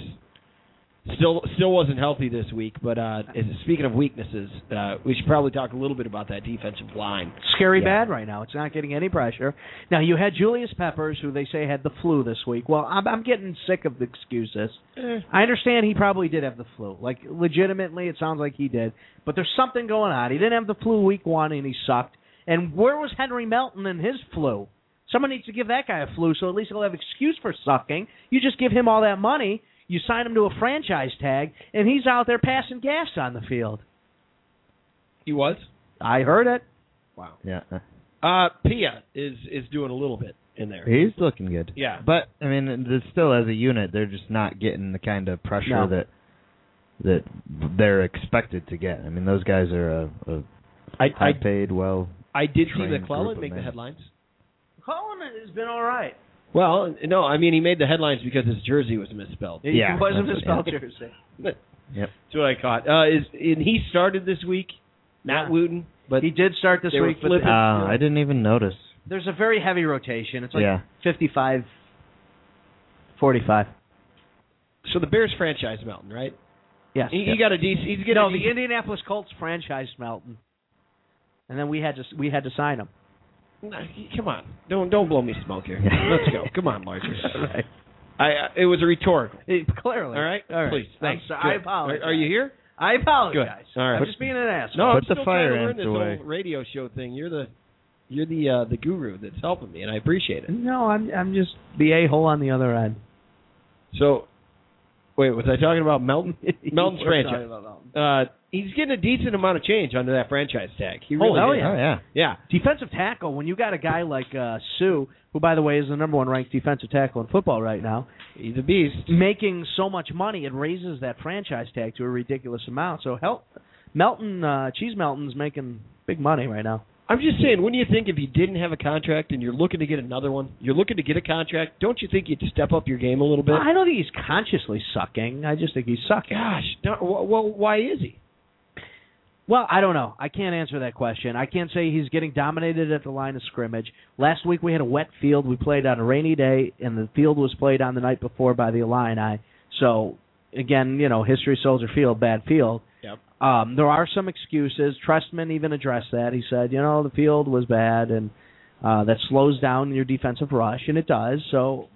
Speaker 3: Still, still wasn't healthy this week. But uh, as- speaking of weaknesses, uh, we should probably talk a little bit about that defensive line.
Speaker 2: Scary
Speaker 5: Yeah.
Speaker 2: bad right now. It's not getting any pressure. Now you had Julius Peppers, who they say had the flu this week. Well, I'm, I'm getting sick of the excuses. I understand he probably did have the flu. Like legitimately, it sounds like he did. But there's something going on. He didn't have the flu week one, and he sucked. And where was Henry Melton and his flu? Someone needs to give that guy a flu, so at least he'll have excuse for sucking. You just give him all that money, you sign him to a franchise tag, and he's out there passing gas on the field.
Speaker 3: He was.
Speaker 2: I heard it.
Speaker 3: Wow.
Speaker 5: Yeah.
Speaker 3: Uh, Pia is is doing a little bit in there.
Speaker 5: He's looking good.
Speaker 3: Yeah.
Speaker 5: But I mean, it's still as a unit, they're just not getting the kind of pressure
Speaker 2: No.
Speaker 5: that that they're expected to get. I mean, those guys are a, a
Speaker 3: I I,
Speaker 5: high-paid, well.
Speaker 3: I did see
Speaker 5: trained group
Speaker 3: McClellan
Speaker 5: of
Speaker 3: make the
Speaker 5: men.
Speaker 3: headlines.
Speaker 2: Colin has been all right.
Speaker 3: Well, no, I mean he made the headlines because his jersey was misspelled.
Speaker 2: It
Speaker 5: Yeah,
Speaker 2: wasn't his
Speaker 5: that's it,
Speaker 2: spell
Speaker 5: yeah.
Speaker 2: jersey.
Speaker 3: That's what I caught. Uh, is and he started this week, not
Speaker 2: Yeah.
Speaker 3: Wooten, but
Speaker 2: he did start this
Speaker 3: they were
Speaker 2: week, but
Speaker 5: Uh, I didn't even notice.
Speaker 2: there's a very heavy rotation. It's like
Speaker 5: yeah,
Speaker 2: 55, 45.
Speaker 3: so the Bears franchise Melton, right?
Speaker 2: Yes.
Speaker 3: He, he got a decent. He's getting.
Speaker 2: no,
Speaker 3: a
Speaker 2: the
Speaker 3: decent-
Speaker 2: Indianapolis Colts franchised Melton, and then we had to we had to sign him.
Speaker 3: Nah, Come on, don't don't blow me smoke here.
Speaker 5: Yeah.
Speaker 3: Let's go. Come on, Larger. I, I it was a rhetorical.
Speaker 2: Eh, clearly.
Speaker 3: All right,
Speaker 2: All right.
Speaker 3: Please,
Speaker 2: I'm
Speaker 3: thanks.
Speaker 2: so- I
Speaker 3: Good.
Speaker 2: apologize.
Speaker 3: Are, are you here?
Speaker 2: I apologize.
Speaker 3: Good. All right.
Speaker 2: I'm just being an asshole.
Speaker 3: No, I'm
Speaker 5: Put the
Speaker 3: still
Speaker 5: fire
Speaker 3: trying to learn
Speaker 5: ants
Speaker 3: this
Speaker 5: away.
Speaker 3: whole radio show thing. You're the you're the uh, the guru that's helping me, and I appreciate it.
Speaker 2: No, I'm I'm just the a hole on the other end.
Speaker 3: So, wait, was I talking about Melton? Melton's
Speaker 2: We're talking
Speaker 3: franchise.
Speaker 2: about Melton.
Speaker 3: Uh, he's getting a decent amount of change under that franchise tag. He
Speaker 2: Oh,
Speaker 3: really
Speaker 2: hell
Speaker 3: is.
Speaker 2: yeah.
Speaker 5: oh yeah.
Speaker 3: yeah.
Speaker 2: Defensive tackle. When you got a guy like uh, Sue, who by the way is the number one ranked defensive tackle in football right now,
Speaker 3: He's a beast.
Speaker 2: making so much money, it raises that franchise tag to a ridiculous amount. So help Melton, uh, Cheese Melton's making big money right now.
Speaker 3: I'm just saying, wouldn't you think if you didn't have a contract and you're looking to get another one, you're looking to get a contract, don't you think you'd step up your game a little bit?
Speaker 2: I don't think he's consciously sucking. I just think he's sucking.
Speaker 3: Gosh, no, wh- well, why is he?
Speaker 2: Well, I don't know. I can't answer that question. I can't say he's getting dominated at the line of scrimmage. Last week we had a wet field. We played on a rainy day, and the field was played on the night before by the Illini. So, again, you know, history, Soldier Field, bad field.
Speaker 3: Yep.
Speaker 2: Um, there are some excuses. Trestman even addressed that. He said, you know, the field was bad, and uh, that slows down your defensive rush, and it does. So,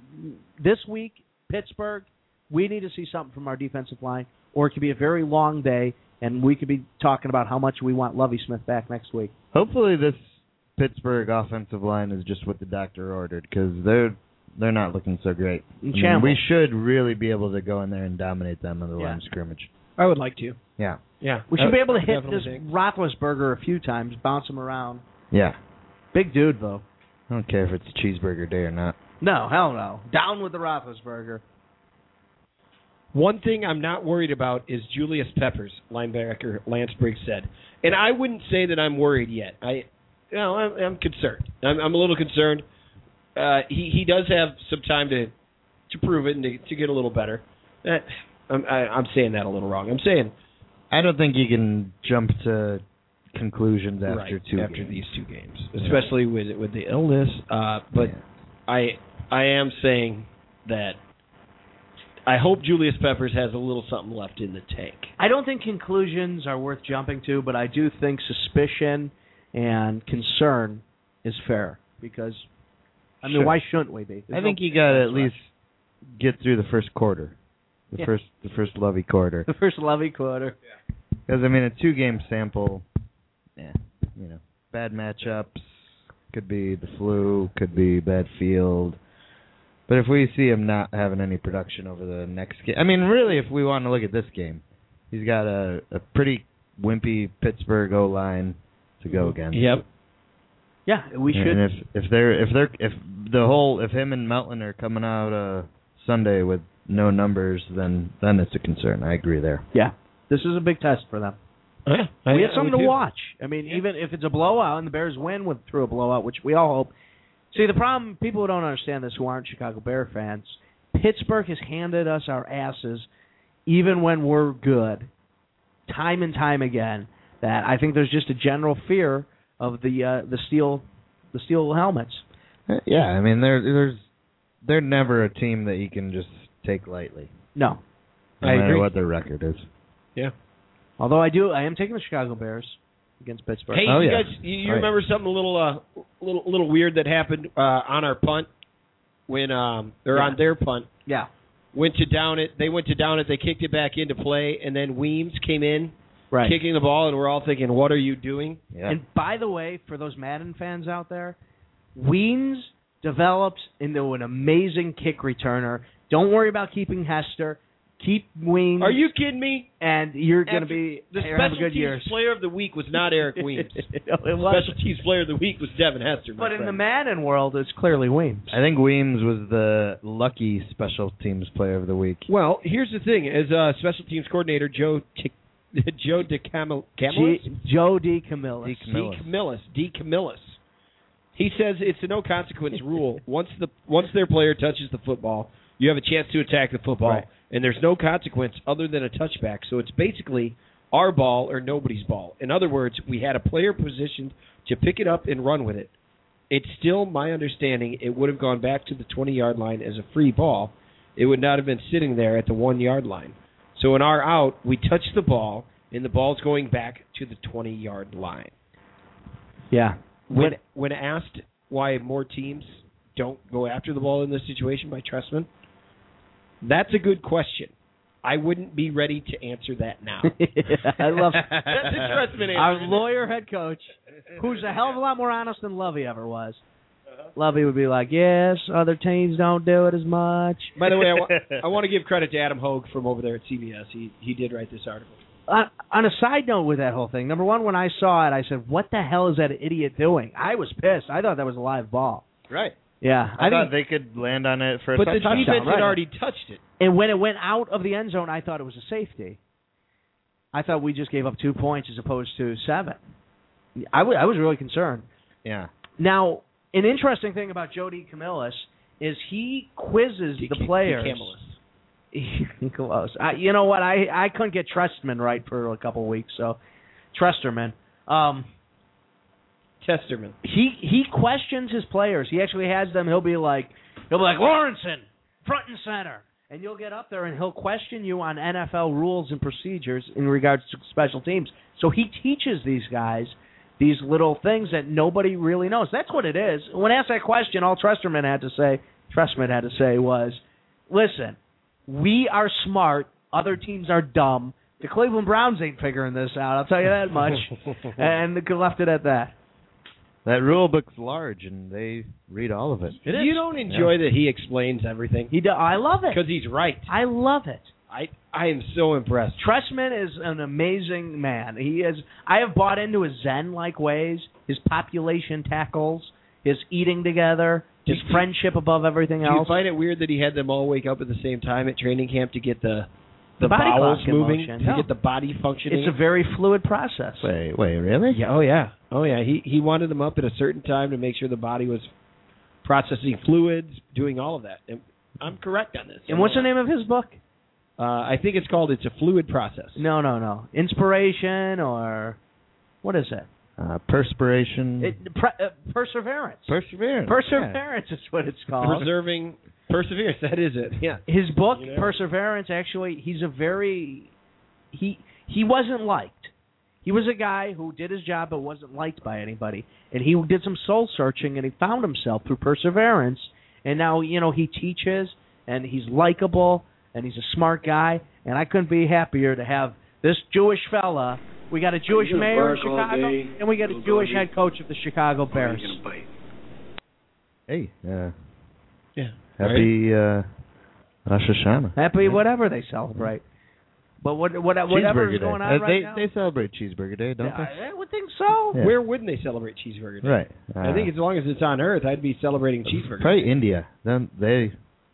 Speaker 2: this week, Pittsburgh, we need to see something from our defensive line, or it could be a very long day, and we could be talking about how much we want Lovey Smith back next week.
Speaker 5: Hopefully, this Pittsburgh offensive line is just what the doctor ordered because they're they're not looking so great. I mean,
Speaker 2: Chamble.
Speaker 5: we should really be able to go in there and dominate them on the
Speaker 2: Yeah.
Speaker 5: line of scrimmage.
Speaker 3: I would like to.
Speaker 5: Yeah,
Speaker 3: Yeah.
Speaker 2: We should be able to
Speaker 3: I
Speaker 2: hit
Speaker 3: definitely
Speaker 2: this
Speaker 3: think.
Speaker 2: Roethlisberger a few times, bounce him around.
Speaker 5: yeah.
Speaker 2: Big dude though.
Speaker 5: I don't care if it's cheeseburger day or not.
Speaker 2: No, hell no. Down with the Roethlisberger.
Speaker 3: One thing I'm not worried about is Julius Peppers, linebacker Lance Briggs said, and I wouldn't say that I'm worried yet. I, you know, I'm, I'm concerned. I'm, I'm a little concerned. Uh, he he does have some time to to prove it and to, to get a little better. That I'm I, I'm saying that a little wrong. I'm saying
Speaker 5: I don't think you can jump to conclusions after
Speaker 3: right,
Speaker 5: two
Speaker 3: after
Speaker 5: games.
Speaker 3: these two games, especially with with the illness. Uh, but
Speaker 5: Yeah.
Speaker 3: I I am saying that I hope Julius Peppers has a little something left in the tank.
Speaker 2: I don't think conclusions are worth jumping to, but I do think suspicion and concern is fair because I mean,
Speaker 5: Sure.
Speaker 2: why shouldn't we be?
Speaker 5: I
Speaker 2: There's
Speaker 5: think
Speaker 2: no-
Speaker 5: you got to at
Speaker 2: that's right.
Speaker 5: least get through the first quarter, the
Speaker 2: Yeah.
Speaker 5: first the first lovey quarter.
Speaker 2: the first Lovey quarter.
Speaker 5: Because I mean, a two-game sample, yeah, you know, bad matchups could be the flu, could be bad field. But if we see him not having any production over the next game, I mean, really, if we want to look at this game, he's got a, a pretty wimpy Pittsburgh O line to go against.
Speaker 3: Yep.
Speaker 2: Yeah, we should.
Speaker 5: And if if they're if they're if the whole if him and Melton are coming out uh Sunday with no numbers, then then it's a concern. I agree there.
Speaker 2: Yeah, this is a big test for them.
Speaker 3: Yeah,
Speaker 2: we have something to
Speaker 3: do.
Speaker 2: watch. I mean, even if it's a blowout and the Bears win with through a blowout, which we all hope. See, the problem people who don't understand this, who aren't Chicago Bear fans, Pittsburgh has handed us our asses, even when we're good, time and time again. That I think there's just a general fear of the uh, the steel the steel helmets.
Speaker 5: Uh, Yeah, I mean they're there's they're never a team that you can just take lightly,
Speaker 2: No,
Speaker 5: no
Speaker 3: I
Speaker 5: matter
Speaker 3: agree.
Speaker 5: what their record is.
Speaker 2: although I do, I am taking the Chicago Bears against Pittsburgh.
Speaker 3: Hey,
Speaker 5: Oh,
Speaker 3: you
Speaker 5: yeah.
Speaker 3: guys, you, you
Speaker 5: Oh, yeah.
Speaker 3: remember something a little, uh, little, little weird that happened uh, on our punt when um, or
Speaker 2: Yeah.
Speaker 3: on their punt
Speaker 2: Yeah,
Speaker 3: went to down it. They went to down it. They kicked it back into play, and then Weems came in
Speaker 2: right. Mm-hmm.
Speaker 3: kicking the ball, and we're all thinking, "What are you doing?"
Speaker 5: Yeah.
Speaker 2: And by the way, for those Madden fans out there, Weems develops into an amazing kick returner. Don't worry about keeping Hester. Keep wings.
Speaker 3: Are you kidding me?
Speaker 2: And you're going to
Speaker 3: After-
Speaker 2: be
Speaker 3: The
Speaker 2: have a
Speaker 3: special
Speaker 2: good year.
Speaker 3: teams player of the week was not Eric Weems.
Speaker 2: No, it
Speaker 3: The
Speaker 2: was.
Speaker 3: special teams player of the week was Devin Hester. my
Speaker 2: But in the
Speaker 3: friend.
Speaker 2: Madden world, it's clearly Weems.
Speaker 5: I think Weems was the lucky special teams player of the week.
Speaker 3: well, here's the thing: as uh, special teams coordinator, Joe T- Joe DeCamillis,
Speaker 2: G- Joe D. Camillus.
Speaker 5: D. Camillus.
Speaker 3: DeCamillis, DeCamillis. He says it's a no consequence rule. once the once their player touches the football, you have a chance to attack the football,
Speaker 5: Right.
Speaker 3: and there's no consequence other than a touchback. So it's basically our ball or nobody's ball. In other words, we had a player positioned to pick it up and run with it. It's still my understanding it would have gone back to the 20 yard line as a free ball. It would not have been sitting there at the one yard line. So in our out, we touch the ball, and the ball's going back to the 20 yard line.
Speaker 2: Yeah.
Speaker 3: When when asked why more teams don't go after the ball in this situation by Tressman, that's a good question. I wouldn't be ready to answer that now.
Speaker 2: I love
Speaker 3: That's a Tressman answer.
Speaker 2: our lawyer head coach, Uh-huh. who's a hell of a lot more honest than Lovey ever was. Lovey would be like, "Yes, other teams don't do it as much."
Speaker 3: By the way, I, wa- I want to give credit to Adam Hogue from over there at CBS. He he did write this article.
Speaker 2: on, on a side note with that whole thing, number one, when I saw it, I said, "What the hell is that idiot doing?" I was pissed. I thought that was a live ball.
Speaker 3: Right.
Speaker 2: Yeah,
Speaker 5: I,
Speaker 2: I
Speaker 5: thought
Speaker 2: think.
Speaker 5: they could land on it for a
Speaker 3: But the
Speaker 5: touchdown.
Speaker 3: defense
Speaker 2: right.
Speaker 3: had already touched it.
Speaker 2: And when it went out of the end zone, I thought it was a safety. I thought we just gave up two points as opposed to seven. I wa- I was really concerned.
Speaker 5: Yeah.
Speaker 2: Now, an interesting thing about Jody Camillus is he quizzes the players. Close. I, you know what? I I couldn't get Trestman right for a couple weeks, so Tresterman. Um,
Speaker 3: Testerman.
Speaker 2: he he questions his players. He actually has them. He'll be like he'll be like Lawrenson, front and center, and you'll get up there and he'll question you on NFL rules and procedures in regards to special teams. So he teaches these guys these little things that nobody really knows. That's what it is. When asked that question, all Tresterman had to say, Trestman had to say was, "Listen, we are smart. Other teams are dumb." The Cleveland Browns ain't figuring this out. I'll tell you that much. and left it at that.
Speaker 5: That rule book's large, and they read all of it.
Speaker 2: It is.
Speaker 3: You don't enjoy that he explains everything
Speaker 2: He do- I love it.
Speaker 3: because he's right.
Speaker 2: I love it.
Speaker 3: I I am so impressed.
Speaker 2: Tressman is an amazing man. He is. I have bought into his zen-like ways, his population tackles, his eating together, his
Speaker 3: Do you-
Speaker 2: friendship above everything
Speaker 3: Do you
Speaker 2: else.
Speaker 3: find it weird that he had them all wake up at the same time at training camp to get the
Speaker 2: The body
Speaker 3: bowels
Speaker 2: clock in
Speaker 3: moving,
Speaker 2: motion,
Speaker 3: to
Speaker 2: yeah.
Speaker 3: get the body functioning?
Speaker 2: It's a very fluid process.
Speaker 5: Wait, wait, really?
Speaker 3: Yeah, oh yeah, oh yeah. He he wanted them up at a certain time to make sure the body was processing fluids, doing all of that. And I'm correct on this.
Speaker 2: And what's the name of his book?
Speaker 3: Uh, I think it's called "It's a Fluid Process."
Speaker 2: No, no, no. Inspiration or what is it?
Speaker 5: Uh, perspiration.
Speaker 2: it pre- uh, perseverance.
Speaker 5: perseverance.
Speaker 2: perseverance is what it's called.
Speaker 3: preserving perseverance. That is it. Yeah.
Speaker 2: his book
Speaker 3: You know?
Speaker 2: perseverance actually he's a very he he wasn't liked he was a guy who did his job but wasn't liked by anybody and he did some soul searching and he found himself through perseverance and now you know he teaches and he's likable and he's a smart guy and i couldn't be happier to have this jewish fella we got a jewish
Speaker 6: gonna
Speaker 2: mayor of
Speaker 6: bark all
Speaker 2: chicago
Speaker 6: day?
Speaker 2: and we got a
Speaker 6: Little
Speaker 2: jewish
Speaker 6: doggy?
Speaker 2: head coach of the chicago bears
Speaker 5: Hey, uh,
Speaker 3: Yeah.
Speaker 5: happy uh, Rosh Hashanah.
Speaker 2: happy whatever they celebrate but what, what, whatever
Speaker 5: Cheeseburger
Speaker 2: is going
Speaker 5: Day.
Speaker 2: on
Speaker 5: Uh,
Speaker 2: right
Speaker 5: they,
Speaker 2: now,
Speaker 5: they celebrate Cheeseburger Day, don't they?
Speaker 2: I, I would think so.
Speaker 5: Yeah.
Speaker 3: Where wouldn't they celebrate cheeseburger? Day?
Speaker 5: Right.
Speaker 3: I think as long as it's on Earth, I'd be celebrating cheeseburger.
Speaker 5: probably
Speaker 3: Day.
Speaker 5: India. Then they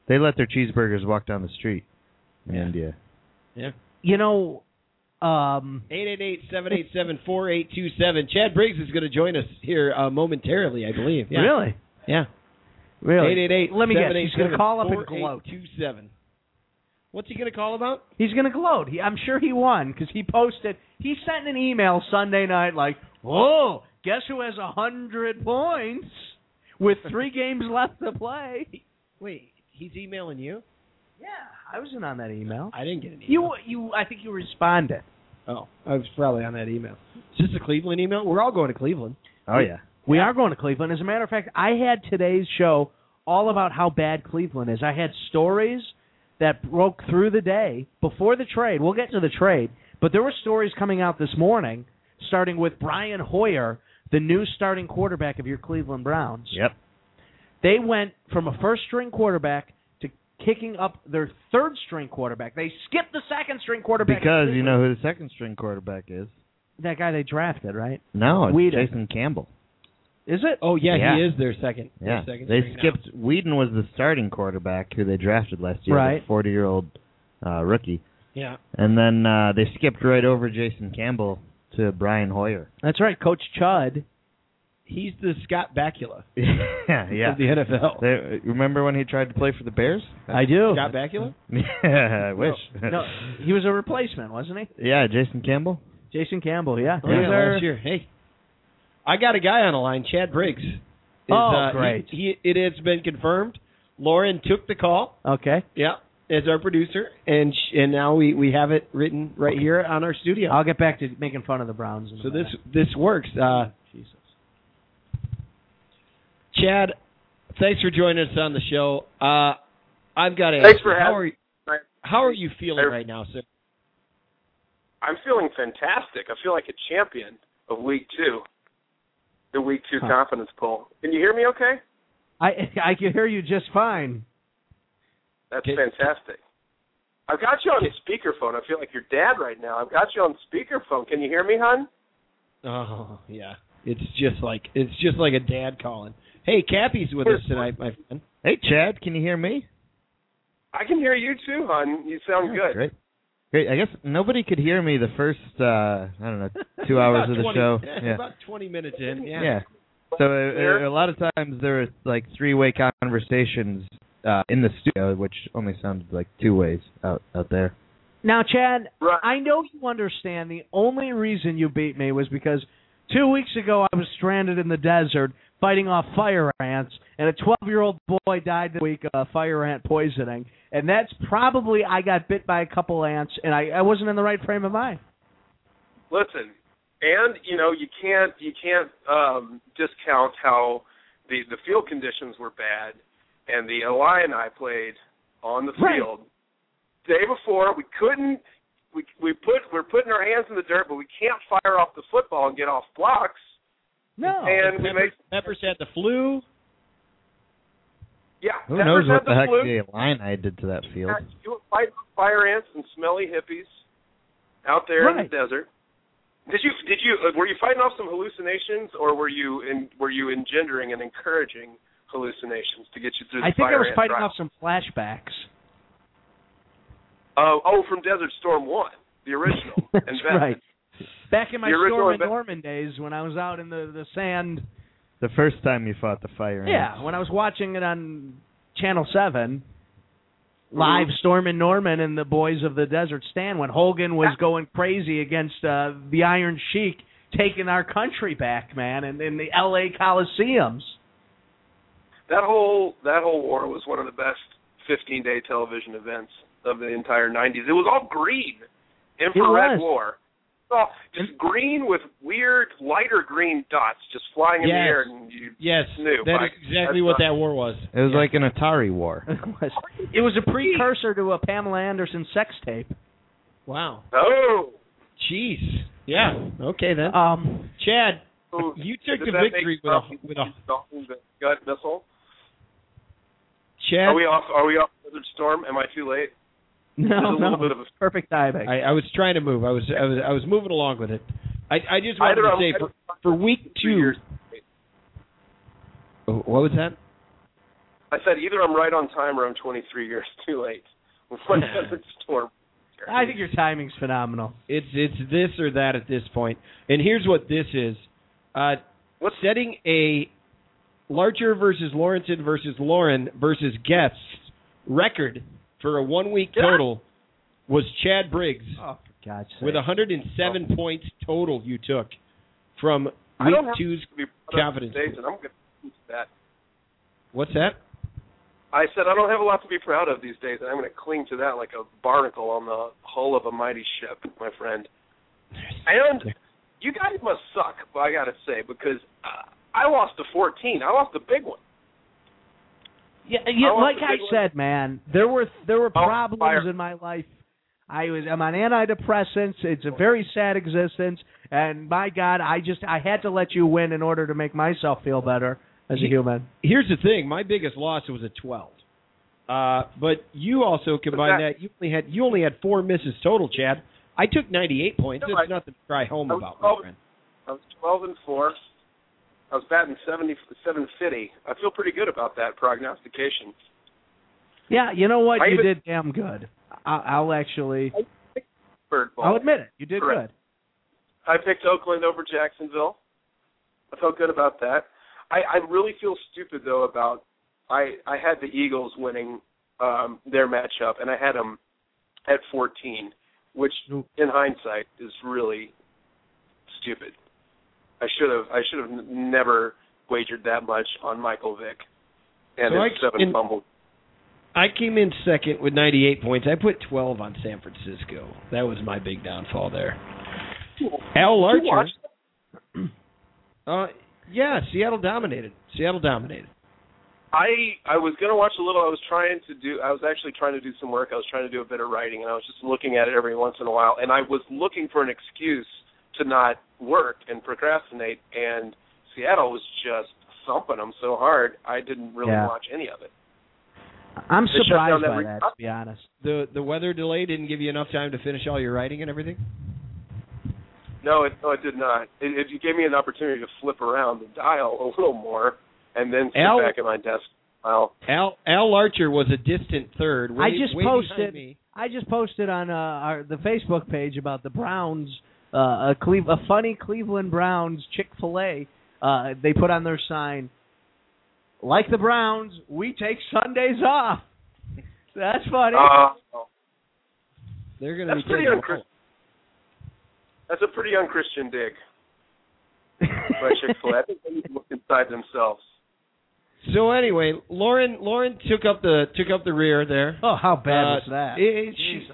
Speaker 5: they let their cheeseburgers walk down the street in
Speaker 3: Yeah.
Speaker 5: India.
Speaker 2: You know, um,
Speaker 3: 888-787-4827. Chad Briggs is going to join us here uh, momentarily, I believe. Yeah.
Speaker 2: really,
Speaker 3: Yeah.
Speaker 2: really.
Speaker 3: 888
Speaker 2: Let me guess. He's going to call up and gloat.
Speaker 3: 4827. What's he going to call about?
Speaker 2: He's going to gloat. He, I'm sure he won because he posted. He sent an email Sunday night like, "Whoa, guess who has a hundred points with three games left to play."
Speaker 3: Wait, he's emailing you?
Speaker 2: Yeah, I wasn't on that email.
Speaker 3: I didn't get an
Speaker 2: You, you. I think you responded.
Speaker 3: oh, I was probably on that email. Is this a Cleveland email? We're all going to Cleveland.
Speaker 5: Oh yeah.
Speaker 2: We are going to Cleveland. As a matter of fact, I had today's show all about how bad Cleveland is. I had stories that broke through the day before the trade. We'll get to the trade, but there were stories coming out this morning, starting with Brian Hoyer, the new starting quarterback of your Cleveland Browns.
Speaker 5: Yep.
Speaker 2: They went from a first string quarterback to kicking up their third string quarterback. They skipped the second string quarterback
Speaker 5: Because you know who the second string quarterback is.
Speaker 2: that guy they drafted, right?
Speaker 5: No, it's
Speaker 2: Whedon.
Speaker 5: Jason Campbell.
Speaker 2: Is it?
Speaker 3: Oh yeah,
Speaker 5: Yeah.
Speaker 3: he is their second. their
Speaker 5: Yeah,
Speaker 3: second
Speaker 5: they
Speaker 3: string now.
Speaker 5: skipped. Whedon was the starting quarterback who they drafted last year,
Speaker 2: Right.
Speaker 5: forty-year-old uh, rookie,
Speaker 3: Yeah,
Speaker 5: and then uh, they skipped right over Jason Campbell to Brian Hoyer.
Speaker 2: That's right, Coach Chud.
Speaker 3: he's the Scott Bakula
Speaker 5: yeah, yeah.
Speaker 3: of the NFL.
Speaker 5: They, remember when he tried to play for the Bears?
Speaker 2: I do.
Speaker 3: Scott Bakula.
Speaker 5: yeah, I wish.
Speaker 2: No, he was a replacement, wasn't he?
Speaker 5: yeah, Jason Campbell.
Speaker 2: Jason Campbell, yeah.
Speaker 3: Oh,
Speaker 2: He was
Speaker 3: yeah,
Speaker 2: our-
Speaker 3: last year. Hey, I got a guy on the line, Chad Briggs. Is,
Speaker 2: Oh,
Speaker 3: uh,
Speaker 2: great.
Speaker 3: He, he, it has been confirmed. Lauren took the call.
Speaker 2: Okay.
Speaker 3: Yeah, as our producer, and sh- and now we we have it written right here on our studio.
Speaker 2: I'll get back to making fun of the Browns. and
Speaker 3: so
Speaker 2: all
Speaker 3: this
Speaker 2: that.
Speaker 3: this works. Uh,
Speaker 2: Jesus.
Speaker 3: Chad, thanks for joining us on the show. Uh, I've got to.
Speaker 7: Thanks
Speaker 3: ask
Speaker 7: for
Speaker 3: you, how are
Speaker 7: having
Speaker 3: you, how are you feeling right now, sir?
Speaker 7: I'm feeling fantastic. I feel like a champion of week two, the week two confidence poll. Can you hear me okay?
Speaker 2: I I can hear you just fine.
Speaker 7: That's
Speaker 3: Can-
Speaker 7: fantastic. I've got you on speakerphone. I feel like your dad right now. I've got you on speakerphone. Can you hear me, hon?
Speaker 3: Oh yeah, it's just like it's just like a dad calling. Hey, Cappy's with us tonight, my friend.
Speaker 5: Hey, Chad, can you hear me?
Speaker 7: I can hear you too, hon. You sound
Speaker 5: Yeah,
Speaker 7: good.
Speaker 5: Great. Great. I guess nobody could hear me the first uh I don't know, two hours
Speaker 3: About
Speaker 5: of the
Speaker 3: 20
Speaker 5: show.
Speaker 3: yeah,
Speaker 5: Yeah.
Speaker 3: About twenty minutes in. Yeah.
Speaker 5: Yeah. So
Speaker 7: Here.
Speaker 5: uh, a lot of times there was like three-way conversations uh in the studio which only sounded like two ways out out there.
Speaker 2: Now, Chad,
Speaker 7: Right.
Speaker 2: I know you understand the only reason you beat me was because two weeks ago I was stranded in the desert fighting off fire ants, and a 12 year old boy died this week of fire ant poisoning. And that's probably I got bit by a couple ants, and I, I wasn't in the right frame of mind.
Speaker 7: Listen, and you know you can't you can't um, discount how the the field conditions were bad, and the Illini played on the
Speaker 2: Right.
Speaker 7: field day before. We couldn't we we put we're putting our hands in the dirt, but we can't fire off the football and get off blocks.
Speaker 2: No.
Speaker 7: and we make
Speaker 3: Peppers had the flu.
Speaker 7: yeah.
Speaker 5: Who knows
Speaker 7: Denver's had
Speaker 5: what the,
Speaker 7: the
Speaker 5: heck
Speaker 7: fluke.
Speaker 5: the Illini did to that field?
Speaker 7: Yeah, You would fight with fire ants and smelly hippies out there in
Speaker 2: Right.
Speaker 7: the desert. Did you did you uh, were you fighting off some hallucinations or were you in were you engendering and encouraging hallucinations to get you through the
Speaker 2: I think I
Speaker 7: fire
Speaker 2: was
Speaker 7: ant
Speaker 2: fighting
Speaker 7: trial?
Speaker 2: off some flashbacks.
Speaker 7: Uh, oh, from Desert Storm One, the original.
Speaker 2: That's
Speaker 7: and that-
Speaker 2: right. Back in my
Speaker 7: The original
Speaker 2: Storm and
Speaker 7: invent-
Speaker 2: Norman days when I was out in the, the sand.
Speaker 5: The first time you fought the fire.
Speaker 2: Yeah,
Speaker 5: ants.
Speaker 2: when I was watching it on Channel 7,
Speaker 7: Mm-hmm.
Speaker 2: live Storm and Norman and the Boys of the Desert Stand when Hogan was going crazy against uh, the Iron Sheik taking our country back, man, and in the L.A. Coliseums.
Speaker 7: That whole that whole war was one of the best 15 day television events of the entire 90s. It was all green,
Speaker 2: was.
Speaker 7: infrared war. Oh, just green with weird lighter green dots just flying in the
Speaker 3: Yes.
Speaker 7: air, and you
Speaker 3: Yes,
Speaker 7: New,
Speaker 3: that
Speaker 7: Mike.
Speaker 3: is exactly
Speaker 7: That's
Speaker 3: what
Speaker 7: fine.
Speaker 3: that war was.
Speaker 5: It was like an Atari war.
Speaker 2: It was, it was a precursor to a Pamela Anderson sex tape.
Speaker 3: Wow.
Speaker 7: oh.
Speaker 3: Jeez. Yeah. Okay then.
Speaker 2: Um,
Speaker 3: Chad,
Speaker 7: Ooh,
Speaker 3: you took
Speaker 7: does
Speaker 3: the
Speaker 7: that make
Speaker 3: victory with a
Speaker 7: Trump
Speaker 3: with a
Speaker 7: Dalton's gut missile.
Speaker 3: Chad.
Speaker 7: Are we off? Are we off Desert Storm? Am I too late? There's a
Speaker 2: no,
Speaker 7: little
Speaker 2: no,
Speaker 7: bit of a
Speaker 2: perfect timing.
Speaker 3: I, I was trying to move. I was I was I was moving along with it. I I just wanted
Speaker 7: Either
Speaker 3: to
Speaker 7: I'm-
Speaker 3: say for, for week
Speaker 7: two
Speaker 3: two.
Speaker 7: years.
Speaker 3: Oh, What was that?
Speaker 7: I said either I'm right on time or I'm 23 years too late. With my Desert Storm.
Speaker 2: I think your timing's phenomenal.
Speaker 3: It's it's this or that at this point. And here's what this is. Uh,
Speaker 7: What's-
Speaker 3: setting a Larcher versus Lawrenson versus Lauren versus guests record for a one week total was Chad Briggs
Speaker 2: Oh, for God's sake.
Speaker 3: with 107 points total you took from week
Speaker 7: Oh. I don't have
Speaker 3: two's.
Speaker 7: to be brought up
Speaker 3: confidence.
Speaker 7: to date, and I'm going to lose that.
Speaker 3: What's that?
Speaker 7: I said I don't have a lot to be proud of these days, and I'm going to cling to that like a barnacle on the hull of a mighty ship, my friend. And you guys must suck, but I got to say because uh, I lost to 14. I lost the big one.
Speaker 2: Yeah, yeah
Speaker 7: I want
Speaker 2: like
Speaker 7: the
Speaker 2: I
Speaker 7: big one.
Speaker 2: said, man, there were there were
Speaker 7: Oh,
Speaker 2: problems
Speaker 7: fire.
Speaker 2: in my life. I was I'm on antidepressants. It's a very sad existence, and my God, I just I had to let you win in order to make myself feel better as a
Speaker 3: Ye-
Speaker 2: human.
Speaker 3: Here's the thing. My biggest loss was a 12. Uh, but you also combined that, you only had you only had four misses total, Chad. I took 98 points.
Speaker 7: No,
Speaker 3: That's
Speaker 7: I-
Speaker 3: nothing to cry home
Speaker 7: I was-
Speaker 3: about,
Speaker 7: I
Speaker 3: my
Speaker 7: was-
Speaker 3: friend.
Speaker 7: I was 12 and 4. I was batting 70, 750. I feel pretty good about that prognostication.
Speaker 2: Yeah, you know what?
Speaker 7: I
Speaker 2: you
Speaker 7: even-
Speaker 2: did damn good. I, I'll actually,
Speaker 7: Bird ball.
Speaker 2: I'll admit it. You did
Speaker 7: Correct. I picked Oakland over Jacksonville. I felt good about that. I, I really feel stupid though about I I had the Eagles winning um their matchup and I had them at 14, which in
Speaker 2: Ooh.
Speaker 7: hindsight is really stupid. I should have I should have n- never wagered that much on Michael Vick and
Speaker 3: So
Speaker 7: his
Speaker 3: I-
Speaker 7: seven
Speaker 3: in-
Speaker 7: fumbles.
Speaker 3: I came in second with 98 points. I put 12 on San Francisco. That was my big downfall there. Al
Speaker 7: Did
Speaker 3: Larcher.
Speaker 7: you watch that?
Speaker 3: Uh, yeah, Seattle dominated. Seattle dominated.
Speaker 7: I I was gonna watch a little. I was trying to do. I was actually trying to do some work. I was trying to do a bit of writing, and I was just looking at it every once in a while. And I was looking for an excuse to not work and procrastinate. And Seattle was just thumping them so hard. I didn't really
Speaker 2: Yeah.
Speaker 7: watch any of it.
Speaker 2: good. I'm
Speaker 7: shut
Speaker 2: surprised
Speaker 7: down
Speaker 2: by
Speaker 7: every-
Speaker 2: that, to be honest.
Speaker 3: The the weather delay didn't give you enough time to finish all your writing and everything.
Speaker 7: No, it, no, it did not. It, it gave me an opportunity to flip around the dial a little more, and then sit
Speaker 3: Al-
Speaker 7: back at my desk. Well,
Speaker 3: Al Al Larcher was a distant third. Way,
Speaker 2: I just
Speaker 3: way
Speaker 2: posted-
Speaker 3: behind me.
Speaker 2: I just posted on uh, our the Facebook page about the Browns, uh, a, Cleve, a funny Cleveland Browns Chick Fil A. Uh, they put on their sign, like the Browns, we take Sundays off. So that's funny.
Speaker 7: uh,
Speaker 3: They're going to
Speaker 7: that's
Speaker 3: be
Speaker 7: pretty
Speaker 3: taking a
Speaker 7: unchristian. That's a pretty unchristian dig by Chick Fil A. I think they need to look inside themselves.
Speaker 3: while. So anyway, Lauren Lauren took up the took up the rear there.
Speaker 2: oh, how bad
Speaker 3: Uh,
Speaker 2: was that?
Speaker 3: it- it- she-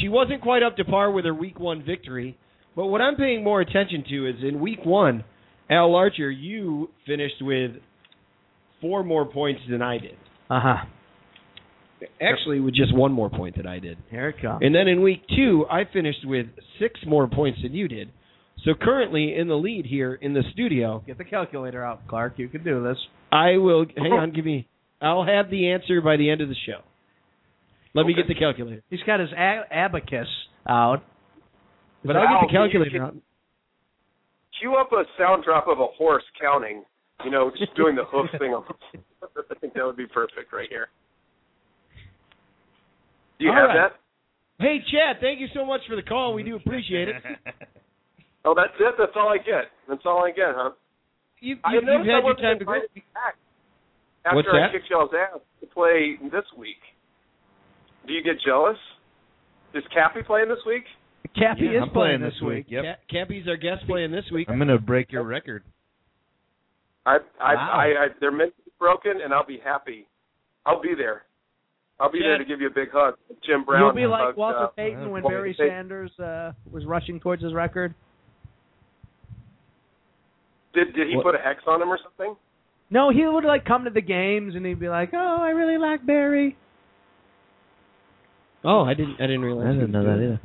Speaker 3: She wasn't quite up to par with her week one victory, but what I'm paying more attention to is in week one, Al Larcher, you finished with four more points than I did.
Speaker 2: Uh huh.
Speaker 3: Actually, with just one more point than I did.
Speaker 2: Here it comes.
Speaker 3: And then in week two, I finished with six more points than you did. So currently in the lead here in the studio,
Speaker 2: Get the calculator out, Clark. You can do this.
Speaker 3: I will
Speaker 7: Oh.
Speaker 3: hang on, give me. I'll have the answer by the end of the show. Let me
Speaker 7: Okay.
Speaker 3: get the calculator.
Speaker 2: He's got his a- abacus out.
Speaker 3: But I'll get
Speaker 7: Al,
Speaker 3: the
Speaker 7: can you
Speaker 3: calculator
Speaker 7: get-
Speaker 3: out.
Speaker 7: cue up a sound drop of a horse counting. You know, just doing the hoof thing. on- I think that would be perfect right here. Do you
Speaker 3: All
Speaker 7: have
Speaker 3: right.
Speaker 7: that?
Speaker 3: Hey Chad, thank you so much for the call. We do appreciate it.
Speaker 7: Oh, that's it. That's all I get. That's all I get, huh?
Speaker 3: You,
Speaker 7: I
Speaker 3: you, you've
Speaker 7: noticed
Speaker 3: had
Speaker 7: I
Speaker 3: your
Speaker 7: wasn't
Speaker 3: time to grow.
Speaker 7: invited back after
Speaker 3: What's
Speaker 7: I
Speaker 3: that?
Speaker 7: kicked y'all's ass to play this week. Do you get jealous? Is Cappy playing this week?
Speaker 2: Cappy is
Speaker 5: Yeah, I'm
Speaker 2: playing
Speaker 5: playing
Speaker 2: this
Speaker 5: this week. Yep.
Speaker 3: Ca- Cappy's our guest playing this week.
Speaker 5: I'm gonna break your record.
Speaker 7: I, I,
Speaker 2: Wow.
Speaker 7: I, I, they're meant to be broken, and I'll be happy. I'll be there. I'll be there to give you a big hug. Jim Brown.
Speaker 2: You'll be like
Speaker 7: hugged,
Speaker 2: Walter
Speaker 7: uh,
Speaker 2: Payton when
Speaker 7: Walter
Speaker 2: Barry
Speaker 7: Payton.
Speaker 2: Sanders uh, was rushing towards his record.
Speaker 7: Did did he
Speaker 3: What-
Speaker 7: put a hex on him or something?
Speaker 2: No, he would like come to the games and he'd be like, "Oh, I really like Barry."
Speaker 3: Oh, I didn't. I didn't realize.
Speaker 5: I didn't know that either.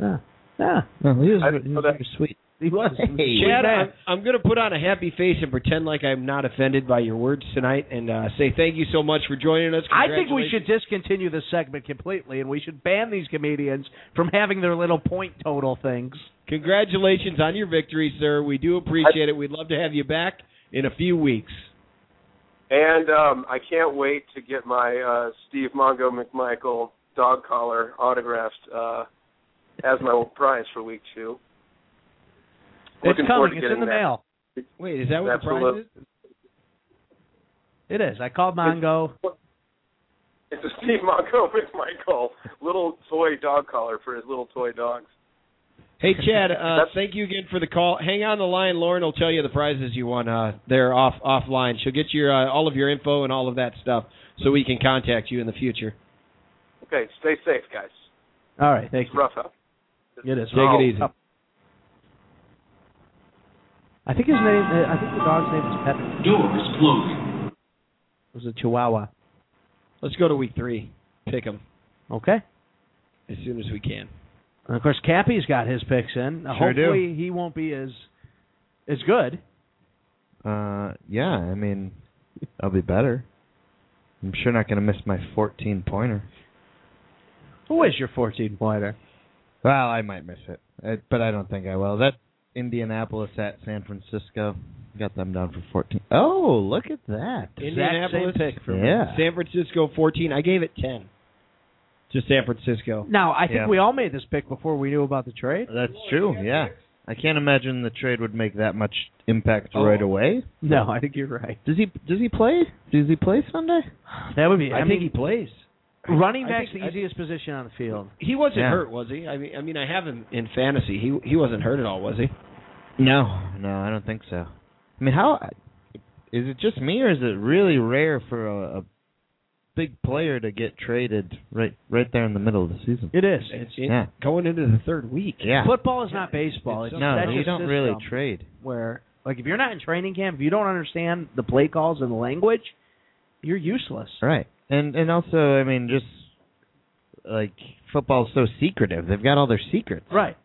Speaker 2: Yeah, yeah,
Speaker 5: No, he was,
Speaker 7: I
Speaker 5: he
Speaker 7: didn't know
Speaker 5: was
Speaker 7: that.
Speaker 5: very sweet.
Speaker 2: he was. He was a sweet
Speaker 3: Chad,
Speaker 2: man.
Speaker 3: I'm, I'm going to put on a happy face and pretend like I'm not offended by your words tonight, and uh, say thank you so much for joining us.
Speaker 2: I think we
Speaker 3: Congratulations.
Speaker 2: should discontinue this segment completely, and we should ban these comedians from having their little point total things.
Speaker 3: Congratulations on your victory, sir. We do appreciate it. We'd love to have you back in a few weeks.
Speaker 7: And um, I can't wait to get my uh, Steve Mongo McMichael dog collar autographed uh, as my prize for week two. Looking
Speaker 2: it's
Speaker 7: forward
Speaker 2: coming.
Speaker 7: to
Speaker 2: It's in
Speaker 7: getting
Speaker 2: the
Speaker 7: that.
Speaker 2: mail.
Speaker 3: Wait, is that what the
Speaker 7: Absolute-
Speaker 3: prize is?
Speaker 2: It is. I called Mongo.
Speaker 7: It's a Steve Mongo McMichael little toy dog collar for his little toy dogs.
Speaker 3: Hey, Chad, uh,
Speaker 7: That's-
Speaker 3: thank you again for the call. Hang on the line. Lauren will tell you the prizes you won uh, there off offline. She'll get your uh, all of your info and all of that stuff so we can contact you in the future.
Speaker 7: Okay, stay safe, guys.
Speaker 2: All right, thank
Speaker 7: It's
Speaker 2: you.
Speaker 7: rough out.
Speaker 2: It is. Oh.
Speaker 3: Take it easy.
Speaker 2: I think his name. I think the dog's name is Pepper.
Speaker 8: Doors closing.
Speaker 2: It was a Chihuahua.
Speaker 3: Let's go to week three. Pick 'em
Speaker 2: Okay.
Speaker 3: as soon as we can.
Speaker 2: And of course, Cappy's got his picks in. Now,
Speaker 5: Sure do.
Speaker 2: Hopefully, he won't be as as good.
Speaker 5: Uh, yeah, I mean, I'll be better. I'm sure not going to miss my 14 pointer.
Speaker 6: Who is your 14 pointer?
Speaker 5: Well, I might miss it, I, but I don't think I will. That Indianapolis at San Francisco got them down for 14. Oh, look at that!
Speaker 6: Indianapolis pick
Speaker 5: for me. Yeah.
Speaker 6: San Francisco 14. I gave it 10 to San Francisco.
Speaker 2: Now, I think
Speaker 5: Yeah.
Speaker 2: we all made this pick before we knew about the trade.
Speaker 5: That's true. Yeah, I can't imagine the trade would make that much impact right away.
Speaker 2: No, I think you're right.
Speaker 5: Does he? Does he play? Does he play Sunday?
Speaker 2: That would be. I, mean,
Speaker 6: plays.
Speaker 2: running
Speaker 6: I
Speaker 2: back's
Speaker 6: think-
Speaker 2: the
Speaker 6: I-
Speaker 2: easiest position on the field.
Speaker 6: He wasn't
Speaker 5: Yeah.
Speaker 6: hurt, was he? I mean, I mean, I have him in fantasy. He he wasn't hurt at all, was he?
Speaker 5: No, no, I don't think so. I mean, how is it just me, or is it really rare for a, a big player to get traded right right there in the middle of the season?
Speaker 2: It is.
Speaker 6: It's
Speaker 5: Yeah.
Speaker 6: going into the third week.
Speaker 5: Yeah,
Speaker 2: Football is not baseball. It's,
Speaker 5: no,
Speaker 2: that's
Speaker 5: you
Speaker 2: a
Speaker 5: don't
Speaker 2: system
Speaker 5: really trade.
Speaker 2: where like if you're not in training camp, if you don't understand the play calls and the language, you're useless.
Speaker 5: Right. And and also, I mean, just like football's so secretive. They've got all their secrets.
Speaker 2: Right.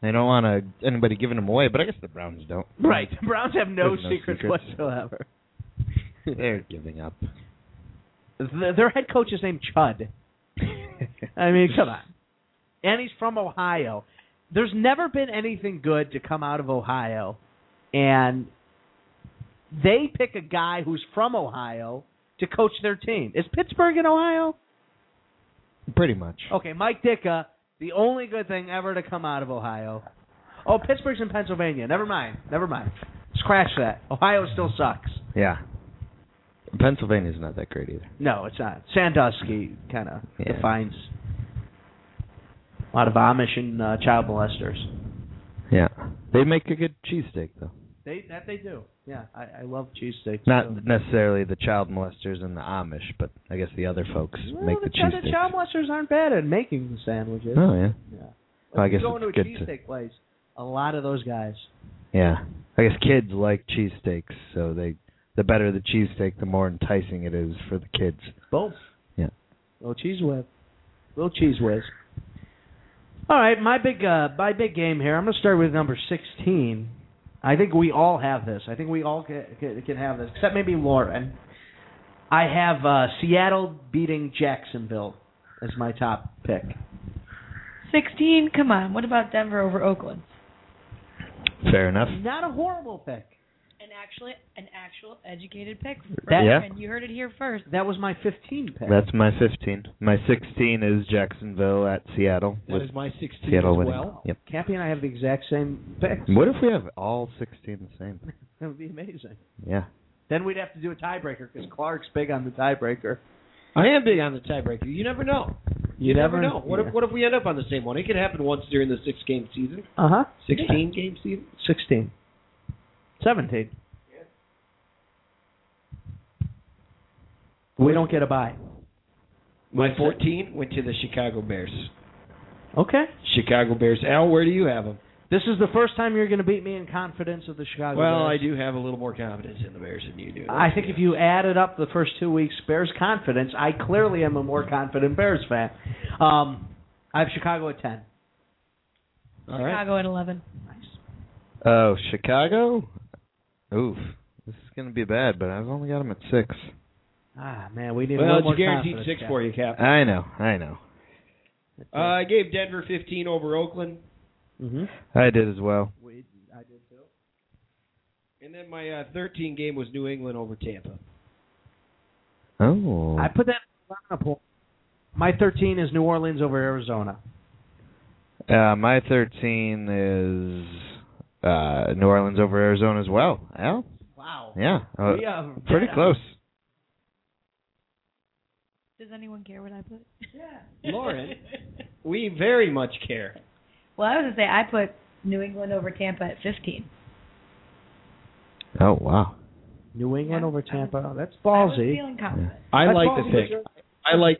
Speaker 5: They don't want to anybody giving them away, but I guess the Browns don't.
Speaker 2: Right. Browns have no,
Speaker 5: There's no
Speaker 2: secrets,
Speaker 5: secrets.
Speaker 2: whatsoever.
Speaker 5: They're giving up.
Speaker 2: Th- their head coach is named Chud. I mean, come on. And he's from Ohio. There's never been anything good to come out of Ohio. And they pick a guy who's from Ohio to coach their team. Is Pittsburgh in Ohio?
Speaker 5: Pretty much.
Speaker 2: Okay, Mike Ditka, the only good thing ever to come out of Ohio. Oh, Pittsburgh's in Pennsylvania. Never mind. Never mind. Scratch that. Ohio still sucks.
Speaker 5: Yeah. Pennsylvania's not that great either.
Speaker 2: No, it's not. Sandusky kind of
Speaker 5: Yeah.
Speaker 2: defines a lot of Amish and uh, child molesters.
Speaker 5: Yeah. They make a good cheesesteak though.
Speaker 2: They that they do. Yeah, I, I love cheesesteaks. so-
Speaker 5: Not necessarily the child molesters and the Amish, but I guess the other folks
Speaker 2: Well,
Speaker 5: make the,
Speaker 2: the, chi- the child
Speaker 5: cheesesteak.
Speaker 2: molesters aren't bad at making the sandwiches.
Speaker 5: Oh yeah.
Speaker 2: Yeah.
Speaker 5: Well, I
Speaker 2: If you
Speaker 5: guess
Speaker 2: go
Speaker 5: it's
Speaker 2: into a
Speaker 5: good to-
Speaker 2: cheesesteak place, a lot of those guys.
Speaker 5: Yeah. I guess kids like cheesesteaks, so they the better the cheesesteak, the more enticing it is for the kids.
Speaker 2: Both.
Speaker 5: Yeah.
Speaker 2: Little cheese whiz. Little cheese whiz. All right, my big uh, my big game here. I'm going to start with number 16. I think we all have this. I think we all can, can, can have this, except maybe Lauren. I have uh, Seattle beating Jacksonville as my top pick.
Speaker 4: 16, come on. What about Denver over Oakland?
Speaker 5: Fair enough.
Speaker 2: Not a horrible pick.
Speaker 4: An actually an actual educated pick.
Speaker 2: That-
Speaker 5: Yeah.
Speaker 4: And you heard it here first.
Speaker 2: That was my 15 pick.
Speaker 5: That's my 15. My 16 is Jacksonville at Seattle.
Speaker 6: That
Speaker 5: with
Speaker 6: is my 16
Speaker 5: Seattle
Speaker 6: as
Speaker 5: winning.
Speaker 6: well.
Speaker 5: Yep.
Speaker 2: Oh. Cappy and I have the exact same picks.
Speaker 5: What if we have all 16 the same?
Speaker 2: That would be amazing.
Speaker 5: Yeah.
Speaker 2: Then we'd have to do a tiebreaker because Clark's big on the tiebreaker.
Speaker 6: I am big on the tiebreaker. You never know. You, never, know. What
Speaker 2: yeah.
Speaker 6: if what if we end up on the same one? It could happen once during the six game season,
Speaker 2: Uh huh.
Speaker 6: sixteen game season.
Speaker 2: 16. 17. We don't get a bye.
Speaker 6: My fourteen went to the Chicago Bears.
Speaker 2: Okay.
Speaker 6: Chicago Bears. Al, where do you have them?
Speaker 2: This is the first time you're going to beat me in confidence of the Chicago
Speaker 6: Well, I
Speaker 2: Bears.
Speaker 6: do have a little more confidence in the Bears than you do.
Speaker 2: I think if you added up the first two weeks Bears confidence, I clearly am a more confident Bears fan. Um, I have Chicago at 10.
Speaker 6: All right.
Speaker 4: Chicago at 11.
Speaker 5: Oh, Chicago? Oof. This is going to be bad, but I've only got them at 6.
Speaker 2: Ah, man, we need a
Speaker 6: Well,
Speaker 2: little
Speaker 6: it's
Speaker 2: more
Speaker 6: a guaranteed
Speaker 2: confidence,
Speaker 6: six
Speaker 2: Cap.
Speaker 6: for you, Cap.
Speaker 5: I know. I know.
Speaker 6: Uh, I gave Denver 15 over Oakland,
Speaker 2: Mhm.
Speaker 5: I did as well.
Speaker 6: and then my uh, 13 game was New England over Tampa.
Speaker 5: Oh.
Speaker 2: I put that in the poll. My 13 is New Orleans over Arizona.
Speaker 5: Uh, my 13 is uh, New Orleans over Arizona as well. Al?
Speaker 2: Wow.
Speaker 5: Yeah. Uh,
Speaker 2: We are
Speaker 5: pretty
Speaker 2: dead on.
Speaker 5: close.
Speaker 4: Does anyone care what I put? Yeah.
Speaker 6: Lauren, we very much care.
Speaker 4: well, I was going to say I put New England over Tampa at 15.
Speaker 5: Oh, wow.
Speaker 2: New England
Speaker 4: Yeah.
Speaker 2: over Tampa. Oh, that's
Speaker 4: I was
Speaker 2: ballsy.
Speaker 4: feeling confident.
Speaker 6: I
Speaker 2: That's
Speaker 6: like the
Speaker 2: ballsy.
Speaker 6: pick. I like.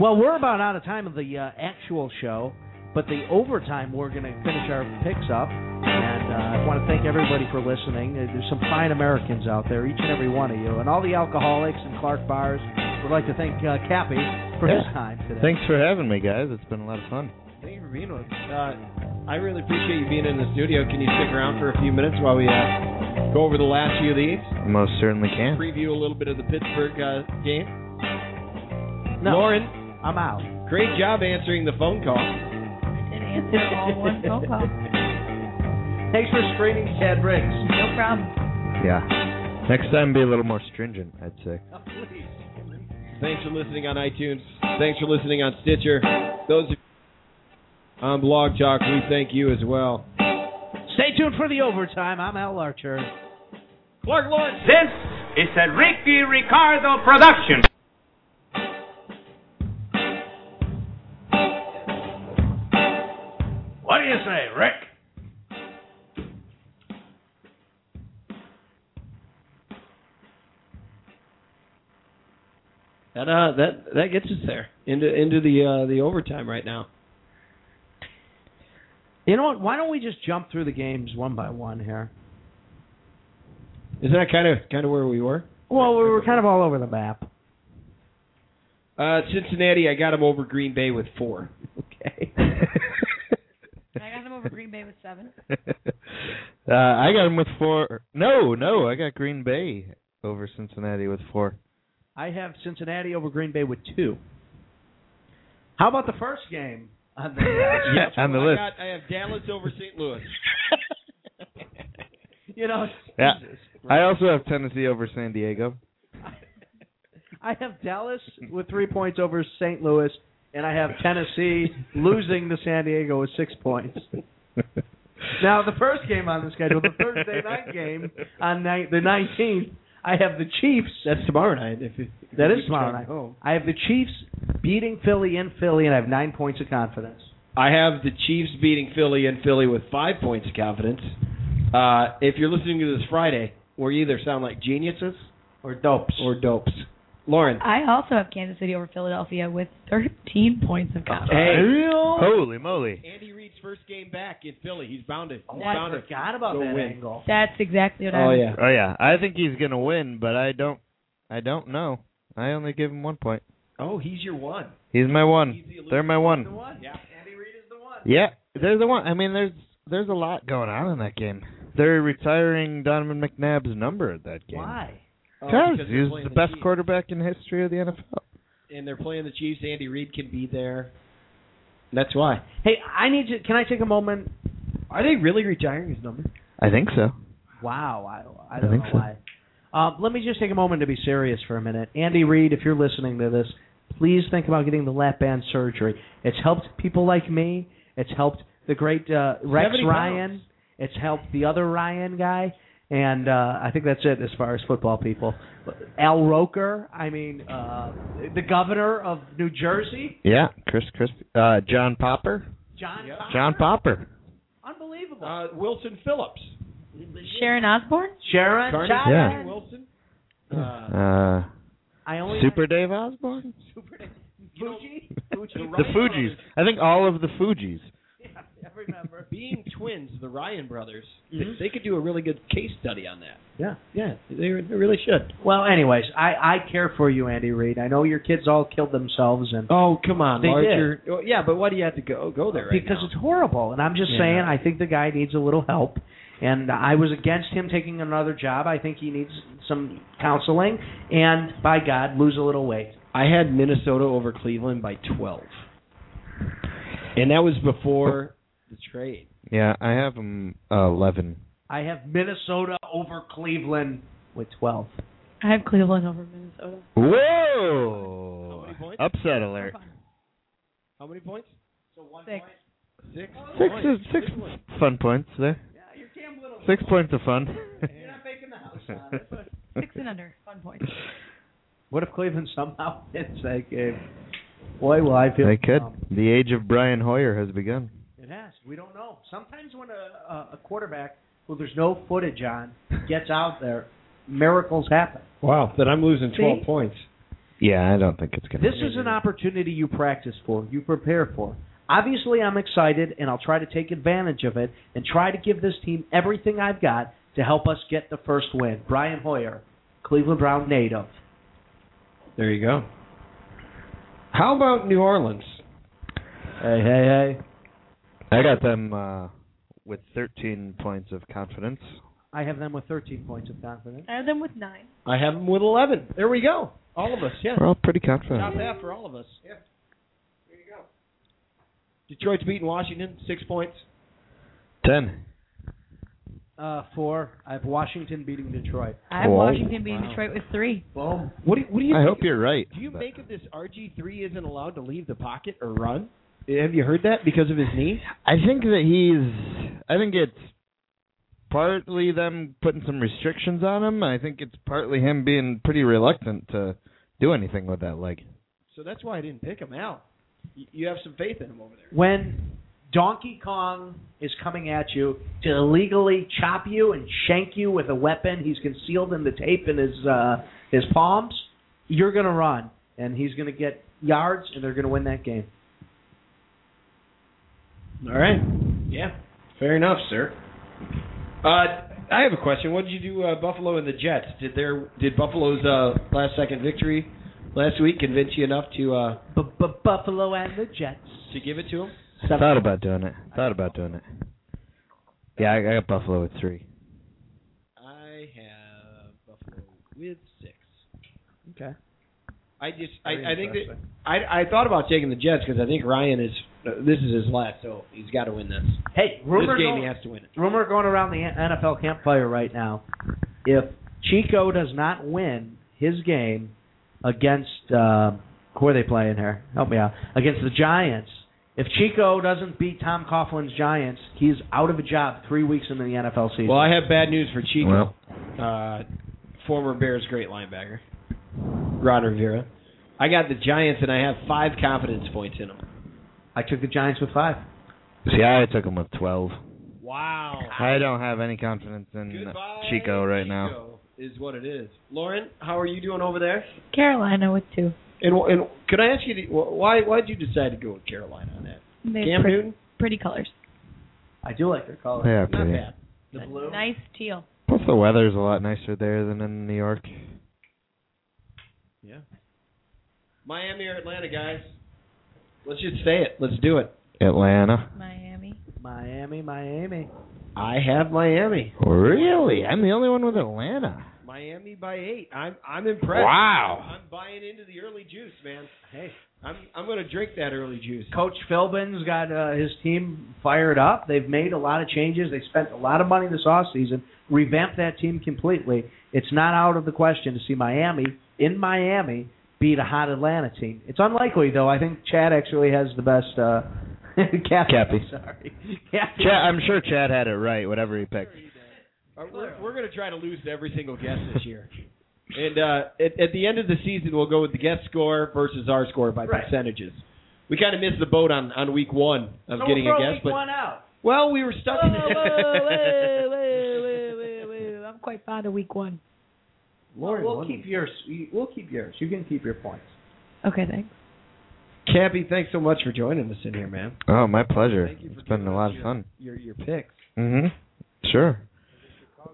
Speaker 2: Well, we're about out of time of the uh, actual show, but the overtime we're going to finish our picks up. And uh, I want to thank everybody for listening. Uh, There's some fine Americans out there, each and every one of you, and all the alcoholics and Clark bars. We'd like to thank uh, Cappy for his
Speaker 5: Yeah.
Speaker 2: time today.
Speaker 5: Thanks for having me, guys. It's been a lot of fun.
Speaker 6: Thank you for being with us. Uh, I really appreciate you being in the studio. Can you stick around for a few minutes while we uh,
Speaker 3: Go over the last few of these.
Speaker 5: Most certainly can.
Speaker 3: Preview a little bit of the Pittsburgh uh, game.
Speaker 2: No,
Speaker 3: Lauren,
Speaker 2: I'm out.
Speaker 3: great job answering the phone call.
Speaker 4: Didn't answer all one phone call.
Speaker 2: Thanks for screening Chad Briggs.
Speaker 4: No problem.
Speaker 5: Yeah. Next time, be a little more stringent, I'd say.
Speaker 3: Thanks for listening on iTunes. Thanks for listening on Stitcher. Those of- on Blog Talk, we thank you as well.
Speaker 2: Stay tuned for the overtime. I'm Al Archer.
Speaker 3: Clark Lawrence.
Speaker 9: This is a Ricky Ricardo production. What do you say, Rick?
Speaker 3: That uh, that that gets us there into into the uh, the overtime right now.
Speaker 2: You know what? Why don't we just jump through the games one by one here?
Speaker 3: Isn't that kind of kind of where we were?
Speaker 2: Well, we were kind of all over the map.
Speaker 3: Uh, Cincinnati, I got them over Green Bay with four.
Speaker 2: Okay.
Speaker 4: I got him over Green Bay with seven.
Speaker 5: uh, I got him with four. No, no, I got Green Bay over Cincinnati with four.
Speaker 2: I have Cincinnati over Green Bay with two. How about the first game? On the,
Speaker 5: Yeah, on the
Speaker 3: I
Speaker 5: list.
Speaker 3: got- I have Dallas over St. Louis.
Speaker 2: you know,
Speaker 5: Yeah.
Speaker 2: Jesus.
Speaker 5: I also have Tennessee over San Diego.
Speaker 2: I have Dallas with three points over St. Louis, and I have Tennessee losing to San Diego with six points. Now, the first game on the schedule, the Thursday night game on night, the 19th, I have the Chiefs.
Speaker 3: That's tomorrow night. If you,
Speaker 2: That is
Speaker 3: if you
Speaker 2: tomorrow night.
Speaker 3: drive home.
Speaker 2: I have the Chiefs beating Philly in Philly, and I have nine points of confidence.
Speaker 3: I have the Chiefs beating Philly and Philly with five points of confidence. Uh, if you're listening to this Friday, we either sound like geniuses
Speaker 2: Or dopes.
Speaker 3: or dopes. Lauren,
Speaker 4: I also have Kansas City over Philadelphia with 13 points of confidence.
Speaker 3: hey,
Speaker 5: Holy moly.
Speaker 3: Andy Reid's first game back in Philly. He's bounded.
Speaker 2: Oh,
Speaker 3: He's
Speaker 2: I
Speaker 3: bounded.
Speaker 2: forgot about
Speaker 3: Go
Speaker 2: that
Speaker 3: win.
Speaker 2: angle.
Speaker 4: That's exactly what I
Speaker 3: Oh
Speaker 4: was
Speaker 3: yeah.
Speaker 5: Oh yeah, I think he's gonna win, but I don't. I don't know. I only give him one point.
Speaker 3: Oh, he's your one.
Speaker 5: He's my one.
Speaker 3: He's the elusive
Speaker 5: Hmm. They're my one.
Speaker 2: one. Yeah. Andy Reid is the one.
Speaker 5: Yeah, there's the one. I mean, there's there's a lot going on in that game. They're retiring Donovan McNabb's number at that game.
Speaker 2: Why?
Speaker 3: Oh,
Speaker 5: Because
Speaker 3: because they're
Speaker 5: he's
Speaker 3: playing
Speaker 5: the best
Speaker 3: Chiefs.
Speaker 5: quarterback in history of the NFL.
Speaker 3: And they're playing the Chiefs. Andy Reid can be there. That's why.
Speaker 2: Hey, I need you. Can I take a moment?
Speaker 3: Are they really retiring his number?
Speaker 5: I think so.
Speaker 2: Wow, I, I
Speaker 5: I
Speaker 2: don't
Speaker 5: think
Speaker 2: know
Speaker 5: so.
Speaker 2: why. Um, let me just take a moment to be serious for a minute. Andy Reid, if you're listening to this, please think about getting the lap band surgery. It's helped people like me. It's helped the great uh, Rex
Speaker 3: 70 pounds.
Speaker 2: Ryan. It's helped the other Ryan guy. And uh, I think that's it as far as football people. Al Roker, I mean, uh, the governor of New Jersey,
Speaker 5: Yeah, Chris Christie, uh, John Popper,
Speaker 2: John. Fox.
Speaker 5: John Popper.
Speaker 2: Unbelievable.
Speaker 3: Uh, Wilson Phillips.
Speaker 4: Sharon Osborne?
Speaker 2: Sharon.
Speaker 3: Carney
Speaker 2: Johnson.
Speaker 5: Yeah.
Speaker 3: Wilson. Uh,
Speaker 5: Uh,
Speaker 2: I only
Speaker 5: Super Dave Osborne,
Speaker 2: Fuji.
Speaker 5: the Fugees. I think all of the Fugees.
Speaker 2: I remember.
Speaker 3: being twins, the Ryan brothers,
Speaker 2: Mhm.
Speaker 3: they, they could do a really good case study on that.
Speaker 2: Yeah.
Speaker 3: Mm-hmm. Yeah, they, re- they really should.
Speaker 2: Well, anyways, I I care for you, Andy Reid. I know your kids all killed themselves and
Speaker 3: Oh, come on,
Speaker 2: They
Speaker 3: Larcher. Oh, yeah, but why do you have to go go there? Oh, Right
Speaker 2: because
Speaker 3: now?
Speaker 2: it's horrible. And I'm just
Speaker 3: Yeah.
Speaker 2: saying, I think the guy needs a little help. And I was against him taking another job. I think he needs some counseling. And by God, lose a little weight.
Speaker 3: I had Minnesota over Cleveland by twelve, and that was before the trade.
Speaker 5: Yeah, I have him uh, eleven.
Speaker 2: I have Minnesota over Cleveland with 12.
Speaker 4: I have Cleveland over Minnesota.
Speaker 5: Whoa!
Speaker 3: How many points?
Speaker 5: Upset alert.
Speaker 3: How many points?
Speaker 4: Six.
Speaker 3: Six.
Speaker 5: Six
Speaker 3: points.
Speaker 5: is six fun points there. Six points of fun.
Speaker 4: Six and under. One point.
Speaker 2: What if Cleveland somehow wins that game? Boy, will I feel
Speaker 5: they could.
Speaker 3: Um,
Speaker 2: dumb.
Speaker 5: The age of Brian Hoyer has begun.
Speaker 2: It has. We don't know. Sometimes when a, a, a quarterback who there's no footage on gets out there, miracles happen.
Speaker 3: Wow, then I'm losing twelve
Speaker 2: See?
Speaker 3: points.
Speaker 5: Yeah, I don't think it's gonna.
Speaker 2: This is an opportunity you practice for, you prepare for. Obviously, I'm excited, and I'll try to take advantage of it and try to give this team everything I've got to help us get the first win. Brian Hoyer, Cleveland Brown native.
Speaker 3: There you go. How about New Orleans?
Speaker 2: Hey, hey, hey.
Speaker 5: I got them uh, with 13 points of confidence
Speaker 2: I have them with 13 points of confidence.
Speaker 4: I have them with nine.
Speaker 3: I have them with 11. There we go. All of us, yeah.
Speaker 5: We're all pretty confident.
Speaker 3: Top half for all of us. Yeah. There you go. Detroit's beating Washington, six points.
Speaker 5: Ten.
Speaker 2: Uh, four. I have Washington beating Detroit.
Speaker 4: I have
Speaker 5: Whoa.
Speaker 4: Washington beating Detroit with three.
Speaker 3: Boom. What do, what do you
Speaker 5: I
Speaker 3: make
Speaker 5: hope you're right.
Speaker 3: Do you
Speaker 5: but-
Speaker 3: make of this RG3 isn't allowed to leave the pocket or run? Have you heard that because of his knee?
Speaker 5: I think that he's. I think it's partly them putting some restrictions on him. I think it's partly him being pretty reluctant to do anything with that leg.
Speaker 3: So that's why I didn't pick him out. Y- You have some faith in him over there.
Speaker 2: When Donkey Kong is coming at you to illegally chop you and shank you with a weapon he's concealed in the tape in his uh, his palms, you're gonna run, and he's gonna get yards, and they're gonna win that game.
Speaker 3: All right. Yeah. Fair enough, sir. Uh, I have a question. What did you do, uh, Buffalo and the Jets? Did their did Buffalo's uh, last second victory last week convince you enough to uh,
Speaker 2: Buffalo and the Jets.
Speaker 3: to give it to them?
Speaker 5: I thought about doing it. Thought about doing it. Yeah, I I got Buffalo at three.
Speaker 3: I have Buffalo with six.
Speaker 2: Okay.
Speaker 3: I just I, I think that I I thought about taking the Jets because I think Ryan is uh, this is his last, so he's got to win this.
Speaker 2: Hey, rumor
Speaker 3: this game
Speaker 2: going-
Speaker 3: he has to win it.
Speaker 2: rumor going around the NFL campfire right now. If Chico does not win his game against uh, who are they playing here? Help me out against the Giants. If Chico doesn't beat Tom Coughlin's Giants, he's out of a job three weeks into the NFL season.
Speaker 3: Well, I have bad news for Chico.
Speaker 5: Well,
Speaker 3: uh, former Bears great linebacker, Ron Rivera. I got the Giants, and I have five confidence points in them.
Speaker 2: I took the Giants with five.
Speaker 5: see, I took him with twelve.
Speaker 3: Wow.
Speaker 5: I don't have any confidence in Chico right now.
Speaker 3: Is what it is. Lauren, how are you doing over there?
Speaker 4: Carolina with two.
Speaker 3: And and could I ask you to, wh- why why did you decide to go with Carolina on that?
Speaker 4: They have
Speaker 3: Cam
Speaker 4: pre-
Speaker 3: Newton,
Speaker 4: pretty colors.
Speaker 2: I do like their color.
Speaker 5: Yeah,
Speaker 3: not
Speaker 5: pretty.
Speaker 3: bad.
Speaker 2: The blue.
Speaker 4: Nice teal.
Speaker 5: Plus, the weather's a lot nicer there than in New York.
Speaker 3: Miami or Atlanta, guys? Let's just say it. Let's do it.
Speaker 5: Atlanta.
Speaker 4: Miami.
Speaker 2: Miami, Miami.
Speaker 3: I have Miami.
Speaker 5: Really? I'm the only one with Atlanta.
Speaker 3: Miami by eight. I'm I'm impressed.
Speaker 10: Wow.
Speaker 3: I'm buying into the early juice, man. Hey, I'm I'm gonna drink that early juice. Uh,
Speaker 2: Coach Philbin's got uh, his team fired up. They've made a lot of changes. They spent a lot of money this offseason, revamped that team completely. It's not out of the question to see Miami in Miami beat a hot Atlanta team. It's unlikely though. I think Chad actually has the best uh Cappy,
Speaker 5: Cappy.
Speaker 2: Sorry. Cappy.
Speaker 5: Chad, I'm sure Chad had it right, whatever he picked.
Speaker 3: Uh, We're, we're going to try to lose to every single guess this year. And uh, at, at the end of the season, we'll go with the guest score versus our score by
Speaker 2: Right.
Speaker 3: percentages. We kind of missed the boat on, on week one of
Speaker 2: So
Speaker 3: getting
Speaker 2: we'll
Speaker 3: a
Speaker 2: throw week
Speaker 3: guess, but
Speaker 2: one out.
Speaker 3: well, we were stuck.
Speaker 4: Whoa,
Speaker 3: in
Speaker 4: whoa, whoa, whoa, whoa, whoa, whoa. I'm quite fond of week one.
Speaker 3: Lauren,
Speaker 2: we'll keep yours. We'll keep yours. You can keep your points.
Speaker 4: Okay, thanks.
Speaker 3: Cappy, thanks so much for joining us in here, man.
Speaker 5: Oh, my pleasure.
Speaker 3: Thank you for
Speaker 5: It's been
Speaker 3: giving us
Speaker 5: a lot of
Speaker 3: your-
Speaker 5: fun.
Speaker 3: Your your picks,
Speaker 5: Mm-hmm. Sure.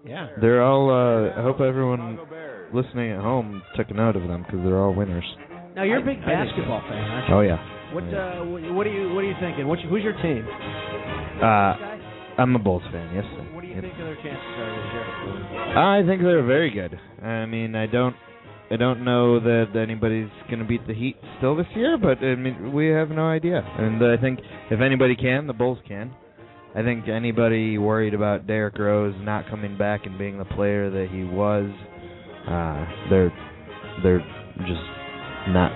Speaker 3: yeah.
Speaker 5: They're all, uh, I hope everyone
Speaker 11: Chicago Bears.
Speaker 5: listening at home took note of them because they're all winners.
Speaker 2: Now you're a big
Speaker 3: I- I think so.
Speaker 2: basketball fan. Aren't you?
Speaker 5: Oh, yeah.
Speaker 2: What uh, what what are you what are you thinking? What's, who's your team?
Speaker 5: Uh, I'm a Bulls fan, yes. sir.
Speaker 2: What do you
Speaker 5: Yep.
Speaker 2: think of their chances are this year?
Speaker 5: I think they're very good. I mean, I don't, I don't know that anybody's going to beat the Heat still this year, but I mean, we have no idea. And I think if anybody can, the Bulls can. I think anybody worried about Derrick Rose not coming back and being the player that he was, uh, they're, they're just not.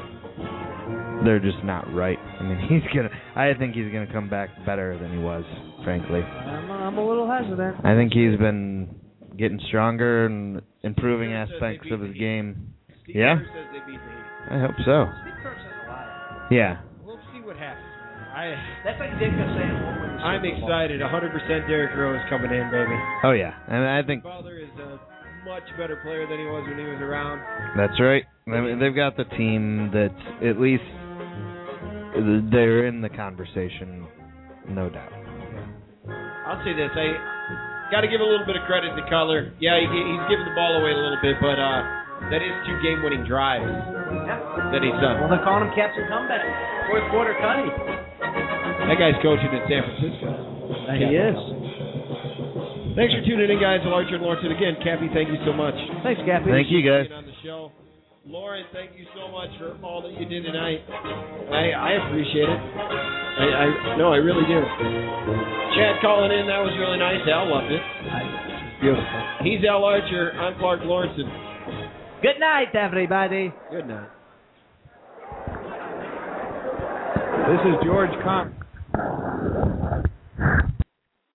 Speaker 5: They're just not right. I mean, he's gonna. I think he's gonna come back better than he was, frankly.
Speaker 2: I'm, I'm a little hesitant.
Speaker 5: I think he's been getting stronger and improving
Speaker 3: Steve Kerr says
Speaker 5: aspects
Speaker 3: they beat
Speaker 5: of his
Speaker 3: the Heat.
Speaker 5: game.
Speaker 3: Steve
Speaker 5: Yeah?
Speaker 3: Kerr says they beat the
Speaker 5: I hope so. Yeah.
Speaker 3: Heat. We'll see what happens. I
Speaker 2: That's like Ditka saying we'll win the Super
Speaker 3: I'm
Speaker 2: Bowl.
Speaker 3: excited. 100% Derrick Rose coming in, baby.
Speaker 5: Oh yeah. And I think
Speaker 3: Father is a much better player than he was when he was around.
Speaker 5: that's right. I mean, they've got the team that's at least they're in the conversation, no doubt.
Speaker 3: I'll say this. I got to give a little bit of credit to Cutler. Yeah, he, he's giving the ball away a little bit, but uh, that is two game-winning drives that he's
Speaker 2: Well,
Speaker 3: done.
Speaker 2: they're calling him Captain Comeback. Fourth quarter cutty.
Speaker 3: That guy's coaching in San Francisco.
Speaker 2: he is.
Speaker 3: Thanks for tuning in, guys. Larger and Lawrence, and again, Cappy, thank you so much.
Speaker 2: Thanks, Cappy.
Speaker 5: Thank you, guys.
Speaker 3: being on the show. Lauren, thank you so much for all that you did tonight. I, I appreciate it. I, I no, I really do. Chad calling in, that was really nice. Al loved it. Beautiful. He's Al Archer. I'm Clark Lawrence.
Speaker 2: Good night, everybody.
Speaker 3: Good night.
Speaker 12: This is George Con.